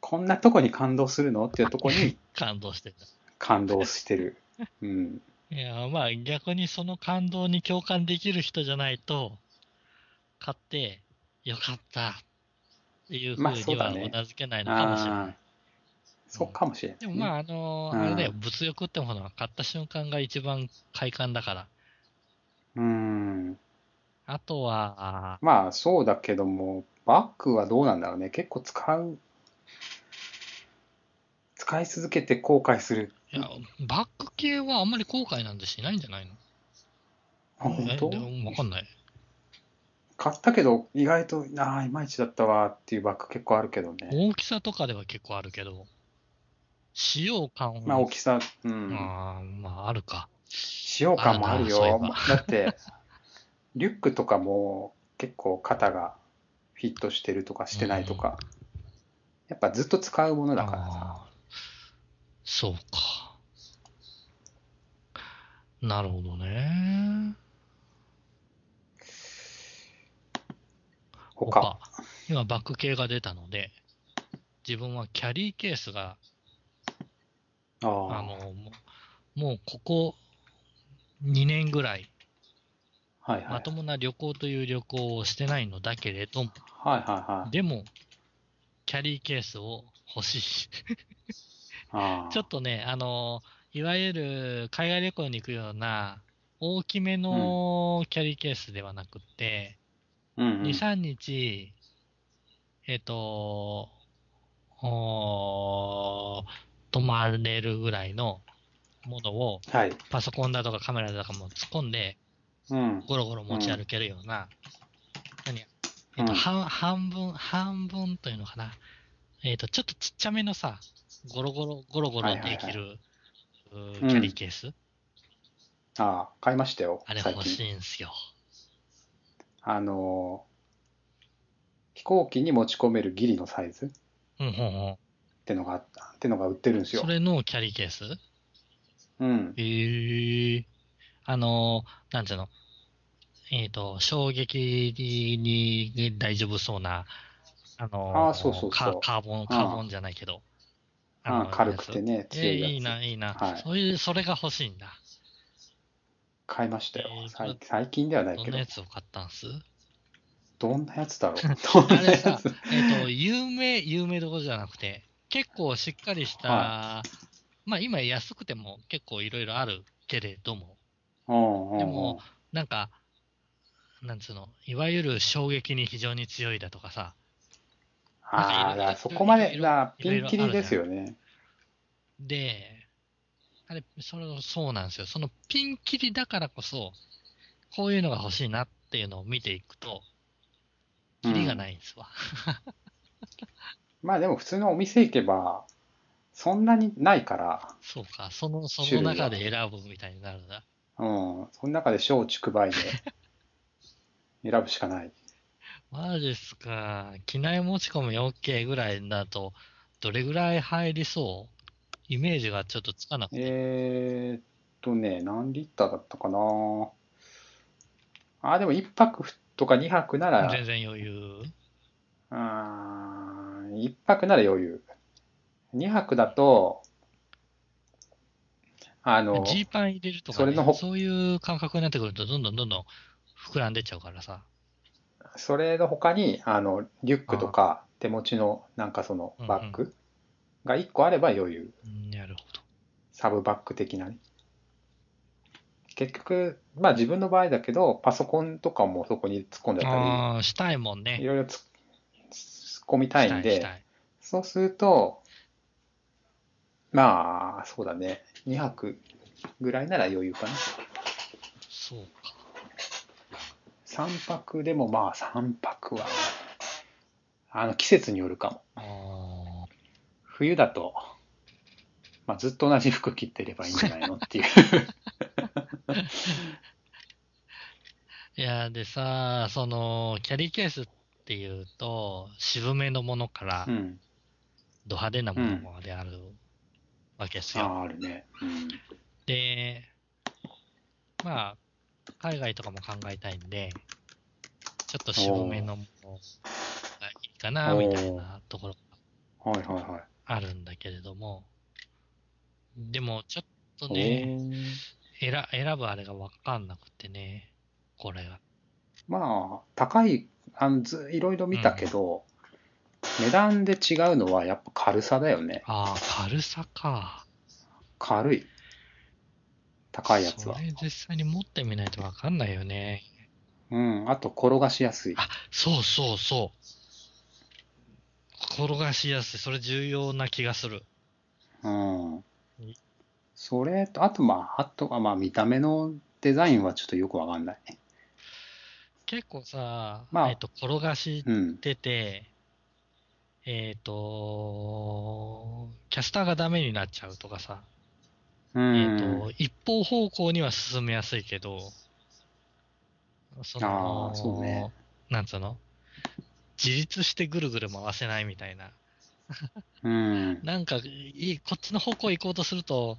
Speaker 1: こんなとこに感動するのっていうとこに
Speaker 2: 感動して
Speaker 1: 感動してる。うん。
Speaker 2: た。いや、まあ逆にその感動に共感できる人じゃないと、買って、よかった、っていうふう
Speaker 1: まあそ
Speaker 2: に
Speaker 1: うだ
Speaker 2: は
Speaker 1: ね
Speaker 2: うなずけないのかもしれない。
Speaker 1: ああー、そうかもしれない、
Speaker 2: でもまあ、あのー
Speaker 1: うん
Speaker 2: あれだよ、物欲ってものは買った瞬間が一番快感だから。
Speaker 1: うん。
Speaker 2: あとは、
Speaker 1: まあそうだけども、バッグはどうなんだろうね。結構使う、使い続けて後悔する。
Speaker 2: いや、バック系はあんまり後悔なんてしないんじゃないの
Speaker 1: あ本
Speaker 2: え
Speaker 1: 当
Speaker 2: でもわかんない。
Speaker 1: 買ったけど、意外と、ああ、いまいちだったわっていうバッグ結構あるけどね。
Speaker 2: 大きさとかでは結構あるけど、使用感は、
Speaker 1: まあ大きさ、うん。
Speaker 2: あーまあ、あるか。
Speaker 1: 使用感もある
Speaker 2: ある
Speaker 1: よ。
Speaker 2: な
Speaker 1: だ
Speaker 2: [LAUGHS]
Speaker 1: って、リュックとかも結構肩がフィットしてるとかしてないとか、やっぱずっと使うものだからさ。
Speaker 2: あーそうか。なるほどね。
Speaker 1: 他。
Speaker 2: 今、バック系が出たので、自分はキャリーケースが、
Speaker 1: あ
Speaker 2: あ
Speaker 1: あ。
Speaker 2: の、もうもうここ2年ぐらい、
Speaker 1: はいは
Speaker 2: ま
Speaker 1: い
Speaker 2: と。もな旅行という旅行をしてないのだけれども、
Speaker 1: はいはいはい。
Speaker 2: でも、キャリーケースを欲しい。
Speaker 1: ああ
Speaker 2: [LAUGHS] ちょっとね、あの、いわゆる海外旅行に行くような、大きめのキャリーケースではなくって、
Speaker 1: うんうん
Speaker 2: 2、3日、えっ、と、おー泊まれるぐらいのものを、
Speaker 1: はい。
Speaker 2: パソコンだとかカメラだとかも突っ込んで、
Speaker 1: うん。
Speaker 2: ゴロゴロ持ち歩けるような、何や、え
Speaker 1: う
Speaker 2: っ
Speaker 1: ん
Speaker 2: と、半半分、半分というのかな。えっと、ちょっとちっちゃめのさ、ゴロゴロ、ゴロゴロできる、うー
Speaker 1: うん
Speaker 2: キャリーケース、
Speaker 1: ああ、買いましたよ
Speaker 2: あれ、
Speaker 1: 最
Speaker 2: 欲し
Speaker 1: 近。
Speaker 2: いんすよ。
Speaker 1: あのー飛行機に持ち込めるギリのサイズっ
Speaker 2: うん、うん、うん。
Speaker 1: てのがあった、ってのが売ってるんですよ
Speaker 2: そ。れのキャリーケース
Speaker 1: うん。
Speaker 2: ええあの、なんていうの、えっ、と、衝撃に大丈夫そうな、あの、
Speaker 1: あーそうそうそう
Speaker 2: カカーボン、カーボンじゃないけど。
Speaker 1: ああ軽くて
Speaker 2: ね。
Speaker 1: ね、
Speaker 2: え
Speaker 1: 強いやつ。
Speaker 2: いいな、いいな、
Speaker 1: はい
Speaker 2: そういう、それが欲しいんだ。
Speaker 1: 買いましたよ、
Speaker 2: えー
Speaker 1: さい
Speaker 2: それ
Speaker 1: 最近ではない
Speaker 2: ど
Speaker 1: け
Speaker 2: ん
Speaker 1: ど
Speaker 2: なや。つを買ったんす
Speaker 1: どんなやつだろう。どん
Speaker 2: [LAUGHS] あ
Speaker 1: な
Speaker 2: れ
Speaker 1: や [LAUGHS]
Speaker 2: さ
Speaker 1: つ、
Speaker 2: えっ、と、有名、有名どころじゃなくて、結構しっかりした、まあ今安くても結構いろいろあるけれども、
Speaker 1: うんうんうん
Speaker 2: でもなんか、なんつうの、いわゆる衝撃に非常に強いだとかさ、
Speaker 1: ああ、だか
Speaker 2: なんかいろいろ
Speaker 1: らそこま
Speaker 2: いろ
Speaker 1: で、
Speaker 2: いろ
Speaker 1: だ
Speaker 2: いろい
Speaker 1: ピ
Speaker 2: ろ
Speaker 1: ンキリですよね。
Speaker 2: で、あれ、それ、そうなんですよ。そのピンキリだからこそ、こういうのが欲しいなっていうのを見ていくと、キリが
Speaker 1: い。
Speaker 2: ないんですわ。
Speaker 1: まあでも普通のお店行けば、そんなにないから、
Speaker 2: そうか、その、そ
Speaker 1: 種
Speaker 2: の
Speaker 1: 類が
Speaker 2: 中で選ぶみたいになるな。
Speaker 1: うん。その中で小竹梅
Speaker 2: [LAUGHS]
Speaker 1: で選ぶしかない。
Speaker 2: マジっすか。機内持ち込み OK ぐらいだと、どれぐらい入りそうイメージがちょっとつかなくて。
Speaker 1: えーっとね、何リッターだったかな。あ、でも1泊ふとか2泊なら、
Speaker 2: 全然余裕。
Speaker 1: うーん、1泊なら余裕。2泊だと、あの、
Speaker 2: ジーパン入れるとか、
Speaker 1: それ
Speaker 2: ね
Speaker 1: のほ
Speaker 2: そういう感覚になってくると、どんどんどんどん膨らんでっちゃうからさ。
Speaker 1: それの他に、あの、リュックとか手持ちのなんかそのバッグが1個あれば余裕。
Speaker 2: うんなるほど。
Speaker 1: サブバッグ的なね。結局、まあ自分の場合だけど、パソコンとかもそこに突っ込んじゃった
Speaker 2: ああ、したいもん
Speaker 1: り、い
Speaker 2: ね。
Speaker 1: ろいろ突っ突っ込みたいん
Speaker 2: し
Speaker 1: で
Speaker 2: た、い。
Speaker 1: そうすると、まあ、そうだね。2泊ぐらいなら余裕かな。
Speaker 2: したいそうか。
Speaker 1: 3泊でもまあ3泊は、あの季節によるかも。
Speaker 2: あ
Speaker 1: 冬だと、まあずっと同じ服着てればいいんじゃないのって
Speaker 2: [LAUGHS]
Speaker 1: いう。
Speaker 2: ーいや、でさ、その、キャリーケースっていうと、渋めのものから
Speaker 1: う、ん。
Speaker 2: ド派手なものまであるわけです
Speaker 1: あ
Speaker 2: よ。
Speaker 1: あ、あるね。うん。
Speaker 2: で、まあ、海外とかも考えたいんで、ちょっと渋めのものがいいかな、
Speaker 1: おー
Speaker 2: みたいなところ
Speaker 1: はいはいはい。
Speaker 2: あるんだけれども、でもちょっとね、
Speaker 1: おー
Speaker 2: 選選ぶあれがわかんなくてね、これが。
Speaker 1: まあ、高い、あのずいろいろ見たけど、値段で違うのはやっぱ軽さだよね。
Speaker 2: ああ、軽さか。
Speaker 1: 軽い。高いやつは
Speaker 2: そ。れ実際に持ってみないとわかんないよね。
Speaker 1: うん。あと、転がしやすい。
Speaker 2: あ、そうそうそう。転がしやすい。それ重要な気がする。
Speaker 1: うん。それと、あと、まあ、あとは、まあ、見た目のデザインはちょっとよくわかんない。
Speaker 2: 結構さ、
Speaker 1: まあ
Speaker 2: えっと、転がし
Speaker 1: うん。
Speaker 2: てて、えっ、と、キャスターがダメになっちゃうとかさ、
Speaker 1: うん。
Speaker 2: えっ、と、一方方向には進めやすいけど、その、
Speaker 1: あーそうね
Speaker 2: なんつうの自立してぐるぐる回せないみたいな。
Speaker 1: うん。
Speaker 2: なんか、いいこっちの方向行こうとすると、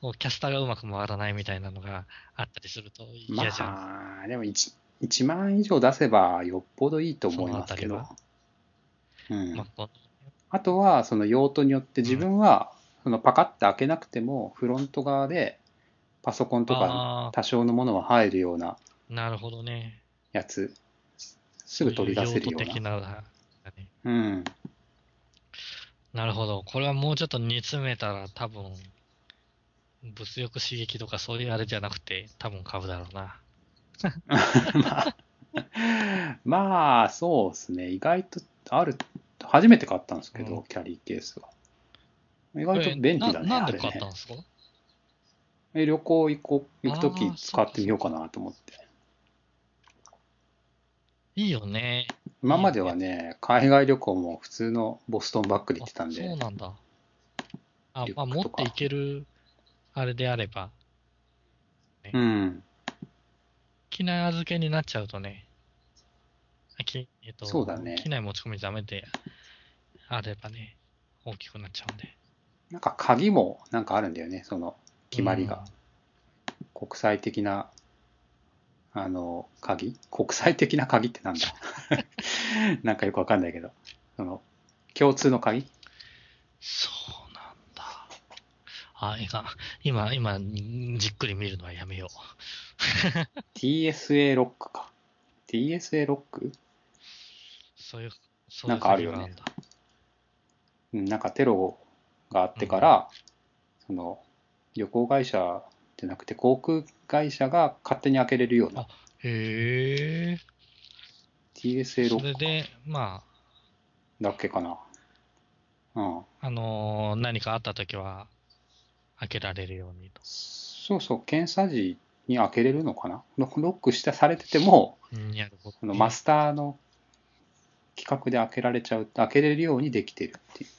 Speaker 2: もうキャスターがうまく回らないみたいなのがあったりすると
Speaker 1: ま
Speaker 2: 嫌じゃん。
Speaker 1: あ、でも1、1万以上出せばよっぽどいいと思いますけ
Speaker 2: その
Speaker 1: ど
Speaker 2: あ。
Speaker 1: うん。
Speaker 2: まあこ
Speaker 1: あとは、その用途によって自分は、そのパカッて開けなくても、フロント側でパソコンとか
Speaker 2: あ
Speaker 1: 多少のものは入るような
Speaker 2: ーなるほどね。
Speaker 1: やつ、すぐ取り出せるよ
Speaker 2: 用途
Speaker 1: う
Speaker 2: 的
Speaker 1: な。
Speaker 2: なだね
Speaker 1: うん。
Speaker 2: なるほど。これはもうちょっと煮詰めたら多分、物欲刺激とかそういうあれじゃなくて、多分買うだろうな。
Speaker 1: まあ、まあ、そうですね。意外と、ある、初めて買ったんですけど、
Speaker 2: うん
Speaker 1: キャリーケースは。意
Speaker 2: こ
Speaker 1: 外と
Speaker 2: れ
Speaker 1: 便利だね、
Speaker 2: な。なん
Speaker 1: あ
Speaker 2: で
Speaker 1: れ
Speaker 2: 買ったん
Speaker 1: ね。
Speaker 2: ですか
Speaker 1: え旅行行こう、行くと
Speaker 2: あー
Speaker 1: き使ってみようかなと思って。
Speaker 2: いいよね。
Speaker 1: 今まではね、海外旅行も普通のボストンバッグで行
Speaker 2: あ
Speaker 1: ってたんで。
Speaker 2: そうなんだ。あ
Speaker 1: リュックと、か
Speaker 2: まあ、持っていける、あれであれば、
Speaker 1: うん。
Speaker 2: 機内預けになっちゃうとね、あきえっと、
Speaker 1: そうだね
Speaker 2: 機内持ち込みダメであればね、大きくなっちゃうんで。
Speaker 1: なんか鍵もなんかあるんだよね、その決まり
Speaker 2: うん
Speaker 1: が。国際的な、あの、鍵国際的な鍵ってなん
Speaker 2: [LAUGHS]
Speaker 1: だなんかよくわかんないけど、その、共通の鍵
Speaker 2: そうなんだ。あ、いかん。今、今、んじっくり見るのはやめよう。
Speaker 1: ?TSA ロックか。TSA ロック
Speaker 2: そういう、そうい
Speaker 1: な
Speaker 2: うん
Speaker 1: かある
Speaker 2: 鍵
Speaker 1: よ
Speaker 2: が
Speaker 1: ね
Speaker 2: あるんだ。
Speaker 1: うんなんかテロがあってから、その、旅行会社じゃなくて航空会社が勝手に開けれるような
Speaker 2: あへえ。
Speaker 1: TSA ロ
Speaker 2: そ
Speaker 1: ッ
Speaker 2: れ
Speaker 1: ク
Speaker 2: で、ま
Speaker 1: だっけかな。うん。
Speaker 2: あ、あのー何かあった時は、開けられるようにと。
Speaker 1: そうそう、検査時に開けれるのかなロロックしてされてても、
Speaker 2: うんなるほ
Speaker 1: こ
Speaker 2: ど
Speaker 1: のマスターの企画で開けられちゃう、開けれるようにできてるっていう。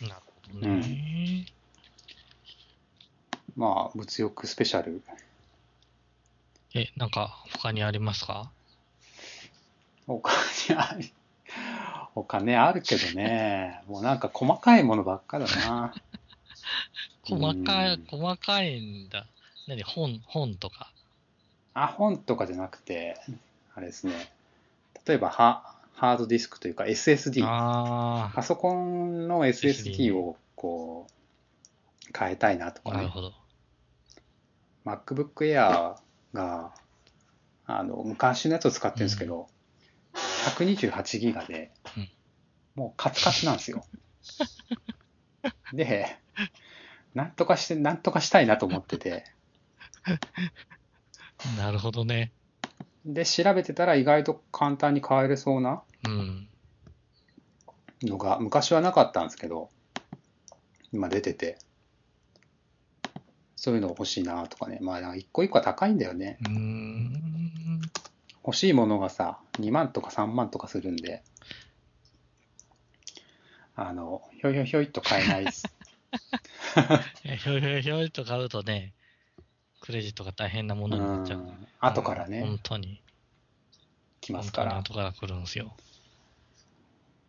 Speaker 2: なるほどね。
Speaker 1: まあ、物欲スペシャル。
Speaker 2: え、なんか、他にありますか
Speaker 1: お金ある。 [LAUGHS] お金あるけどね。もうなんか細かいものばっかだな。
Speaker 2: [LAUGHS] 細か
Speaker 1: う
Speaker 2: い
Speaker 1: ん、
Speaker 2: 細かいんだ。何本、本とか。
Speaker 1: あ、本とかじゃなくて、あれですね。例えばハ、ハードディスクというか SSD。
Speaker 2: あ
Speaker 1: パソコンの SSD をこう、変えたいなと
Speaker 2: あ、
Speaker 1: か
Speaker 2: なる
Speaker 1: ね。
Speaker 2: ほど。
Speaker 1: MacBook Air が、あの、昔のやつを使ってるんですけど、128ギガで
Speaker 2: うん、
Speaker 1: もうカツカツなんですよ。で、なんとかして、なんとかしたいなと思ってて、
Speaker 2: なるほどね。
Speaker 1: で、調べてたら意外と簡単に変えれそうな
Speaker 2: うん。
Speaker 1: のが、昔はなかったんですけど、今出てて、そういうの欲しいなとかね。まあ、なんか一個一個は高いんだよね。
Speaker 2: うーん。
Speaker 1: 欲しいものがさ、2万とか3万とかするんで、あの、ひょいひょいひょいっと買えない
Speaker 2: [LAUGHS]
Speaker 1: です。
Speaker 2: えひょいひょいひょいと買うとね、クレジットが大変なものになっちゃう。
Speaker 1: うん後から
Speaker 2: うん
Speaker 1: ね
Speaker 2: 本、当に。
Speaker 1: 来ますから
Speaker 2: 本、当に後から来るんですよ。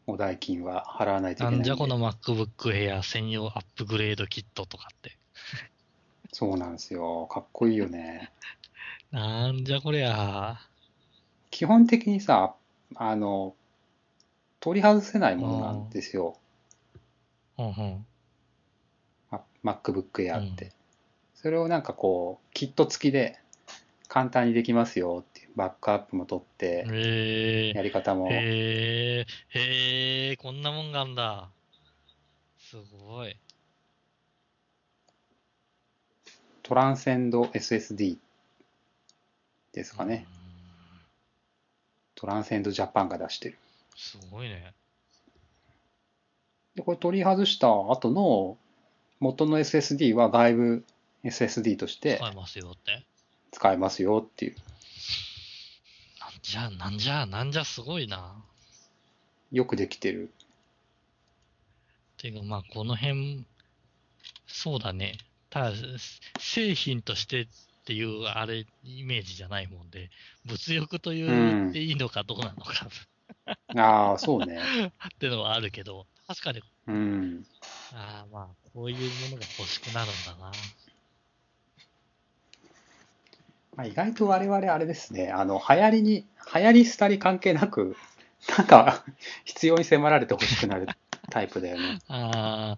Speaker 1: お代金は払わないとい
Speaker 2: な
Speaker 1: けない
Speaker 2: ん
Speaker 1: ん
Speaker 2: じ
Speaker 1: で
Speaker 2: ゃこ。の MacBook Air 専用アップグレードキットとかって。
Speaker 1: そうなんですよ。かっこいいよね。
Speaker 2: なんじゃこりゃあ。
Speaker 1: 基本的にさ、あの、取り外せないものなんですよ。
Speaker 2: うんうん。
Speaker 1: あ MacBook Air って、それをなんかこう、キット付きで簡単にできますよっていう、バックアップも取って、
Speaker 2: え
Speaker 1: やり方も
Speaker 2: ー、えー、えー、こんなもんがあんだ。すごい。
Speaker 1: トランセンド SSD ですかね。
Speaker 2: うん。
Speaker 1: トランセンドジャパンが出してる。
Speaker 2: すごいね。
Speaker 1: で、これ取り外した後の元の SSD は外部 SSD として
Speaker 2: 使えますよって。
Speaker 1: 使えますよっていう。
Speaker 2: なんじゃ、なんじゃ、なんじゃすごいな。
Speaker 1: よくできてる。
Speaker 2: ていうか、まあ、この辺、そうだね。ただ、製品としてっていう、あれ、イメージじゃないもんで、物欲と
Speaker 1: う
Speaker 2: 言
Speaker 1: ん
Speaker 2: っていいのかどうなのか [LAUGHS]
Speaker 1: ああ、そうね。
Speaker 2: っていうのはあるけど、確かに、
Speaker 1: うん。
Speaker 2: ああ、まあ、こういうものが欲しくなるんだな。
Speaker 1: まあ、意外と我々あれですね、あの、流行りに、流行り廃り関係なく、なんか、 [LAUGHS] 必要に迫られて欲しくなるタイプだよね。
Speaker 2: ああ、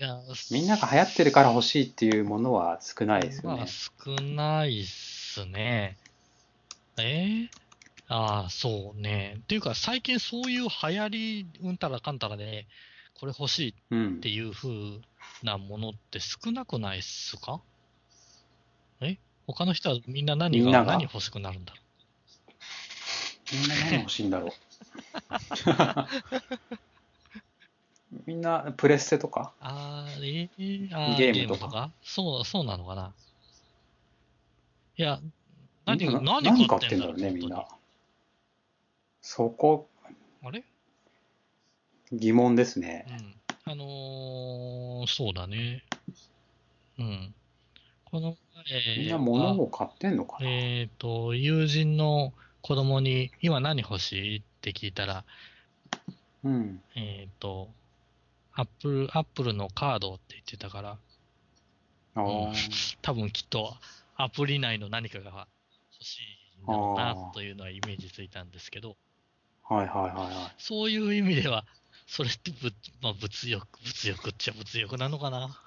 Speaker 2: いや、
Speaker 1: みんなが流行ってるから欲しいっていうものは少ないですよ
Speaker 2: ま
Speaker 1: ね
Speaker 2: あ、。少ないっすね。えーああ、そうね。っていうか、最近そういう流行り、うんたらかんたらで、これ欲しいっ
Speaker 1: うん
Speaker 2: て。いう風なものって少なくないっすかえ他の人はみんな何
Speaker 1: み
Speaker 2: が
Speaker 1: んなが
Speaker 2: 何欲しくなるんだろ
Speaker 1: みんな何欲しいんだろう。 [LAUGHS] みんなプレステとか
Speaker 2: うあーえーあー、
Speaker 1: ゲームとか
Speaker 2: そう、そうなのかないや、何が、
Speaker 1: な
Speaker 2: 何
Speaker 1: 買
Speaker 2: 買っ
Speaker 1: ってて
Speaker 2: ん
Speaker 1: ん
Speaker 2: だ
Speaker 1: だろ
Speaker 2: ろう
Speaker 1: うね、
Speaker 2: 本当
Speaker 1: みん
Speaker 2: に
Speaker 1: な。そこ、
Speaker 2: あれ
Speaker 1: 疑問ですね。
Speaker 2: うん。あのー、そうだね。うん。この前
Speaker 1: みんな物
Speaker 2: は
Speaker 1: を買ってんのかな。
Speaker 2: えっ、と、友人の子供に、今何欲しいって聞いたら、
Speaker 1: うん。
Speaker 2: えっ、と、アップル、アップルのカードって言ってたから、
Speaker 1: あ
Speaker 2: うん
Speaker 1: ー
Speaker 2: 多分きっとアプリ内の何かが欲しいんだろうな、というのはイメージついたんですけど、
Speaker 1: はいはいはいはい。
Speaker 2: そういう意味では、それってぶ、まあ、物欲、物欲っちゃ物欲なのかな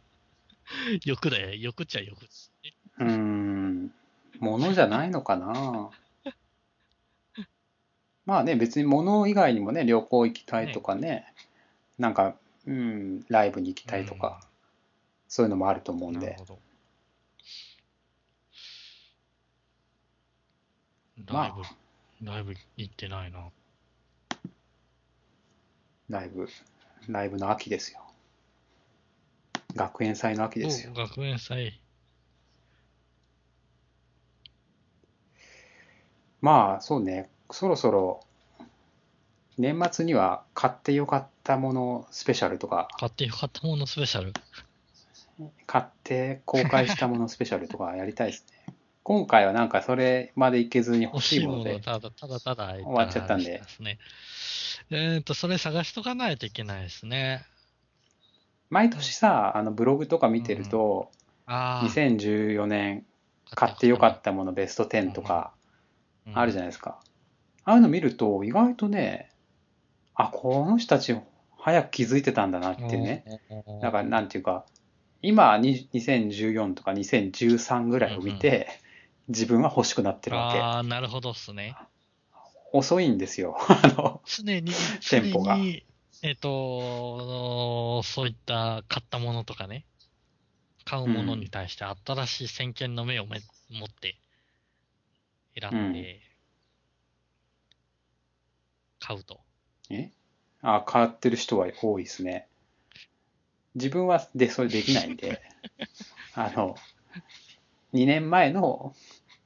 Speaker 2: [LAUGHS] 欲だよ、欲っちゃ欲ですね。
Speaker 1: うーん、ものじゃないのかな。 [LAUGHS] まあね、別にもの以外にもね、旅行行きたいとかね、なんか、うん、ライブに行きたいとか、そういうのもあると思
Speaker 2: う。
Speaker 1: うんん
Speaker 2: なる
Speaker 1: で、
Speaker 2: ほど。
Speaker 1: ま
Speaker 2: ラ
Speaker 1: あ
Speaker 2: イブ、ライブ行ってないな。
Speaker 1: ライブ、ライブの秋ですよ。学園祭の秋ですよ。
Speaker 2: お学園祭。
Speaker 1: まあ、そうね、そろそろ、年末には買ってよかったものスペシャルとか、
Speaker 2: 買ってよかったものスペシャル。
Speaker 1: 買って公開したものスペシャルとかやりたいですね。 [LAUGHS] 今回はなんかそれまでいけずに
Speaker 2: 欲
Speaker 1: 欲
Speaker 2: し
Speaker 1: し
Speaker 2: い
Speaker 1: いもの
Speaker 2: ものを
Speaker 1: で。
Speaker 2: ただただただ終
Speaker 1: 終わっちゃったんで
Speaker 2: ですね。えっ、と、それ探しとかないといけないですね。
Speaker 1: 毎年さ、あのブログとか見てると、
Speaker 2: ああ。
Speaker 1: 2014年買ってよかったものベスト10とか
Speaker 2: うん
Speaker 1: あるじゃないですか。ああいうの見ると意外とね、あ、この人たち早く気づいてたんだなっていうね。
Speaker 2: うん。
Speaker 1: だからなんていうか、今に2014とか2013ぐらいを見て、自分は欲しくなってるわ
Speaker 2: ああ、なるほどっすね。
Speaker 1: け。遅いんですよ。あの、
Speaker 2: 常に、常
Speaker 1: 店舗が
Speaker 2: に、えっ、と、そういった買ったものとかね、買うものに対して新しい先見の目をめ持って選んで、買うと。
Speaker 1: えあ、変わってる人は多いですね。自分はで、それできないん [LAUGHS] で、あの、2年前の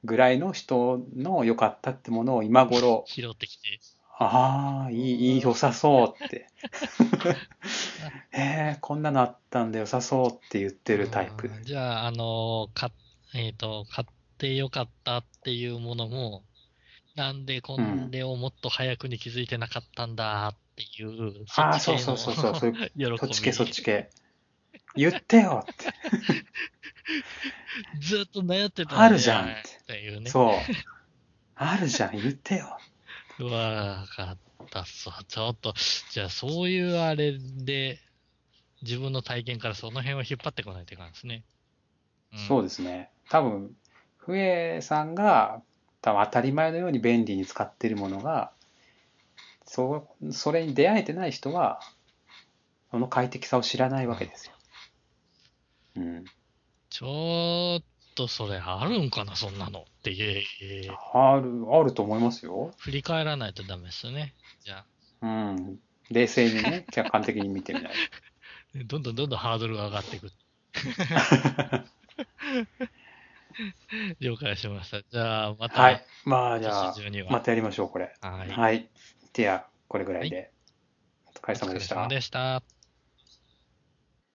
Speaker 1: ぐらいの人の良かったってものを今頃、
Speaker 2: 拾ってきて。
Speaker 1: ああ、いい、いい、良さそう [LAUGHS] って。えー、こんなのあったんで良さそうって言ってるタイプ
Speaker 2: あ。ーじゃあ、あの、か、えっ、と、買ってよかったっていうものも、なんでこんでをもっと早くに気づいてなかったんだっていう、
Speaker 1: ああ、
Speaker 2: そ
Speaker 1: そ
Speaker 2: っ
Speaker 1: う
Speaker 2: ち
Speaker 1: そ
Speaker 2: 系
Speaker 1: う
Speaker 2: の
Speaker 1: そうそう、そういう、
Speaker 2: 喜び。
Speaker 1: そっち系そっち系。言ってよって。
Speaker 2: ずっと悩ってた
Speaker 1: あるじゃんって
Speaker 2: っていうね。
Speaker 1: そう。あるじゃん、言ってよ。
Speaker 2: うわー、わかったっすわ。ちょっと、じゃあそういうあれで、自分の体験からその辺を引っ張ってこないといけないですね。ん
Speaker 1: そうですね。多分、ふえさんが多分当たり前のように便利に使ってるものが、そうそれに出会えてない人は、その快適さを知らないわけですよ。うん。
Speaker 2: ちょっとそれあるんかな、そんなのっていう、えー
Speaker 1: ある、あると思いますよ。
Speaker 2: 振り返らないとダメですね。じゃあ、
Speaker 1: うん。冷静に [LAUGHS] ね、客観的に見てみないと。
Speaker 2: どんどんどんどんハードルが上がって
Speaker 1: [LAUGHS]
Speaker 2: いく。了解しました。じゃあ、また、
Speaker 1: はい。まあ、じゃあ
Speaker 2: 年、中には。
Speaker 1: またやりましょう、これ。
Speaker 2: はい。
Speaker 1: はい。では、これぐらいで。お疲
Speaker 2: お
Speaker 1: れ様でした
Speaker 2: 疲れ様。でした。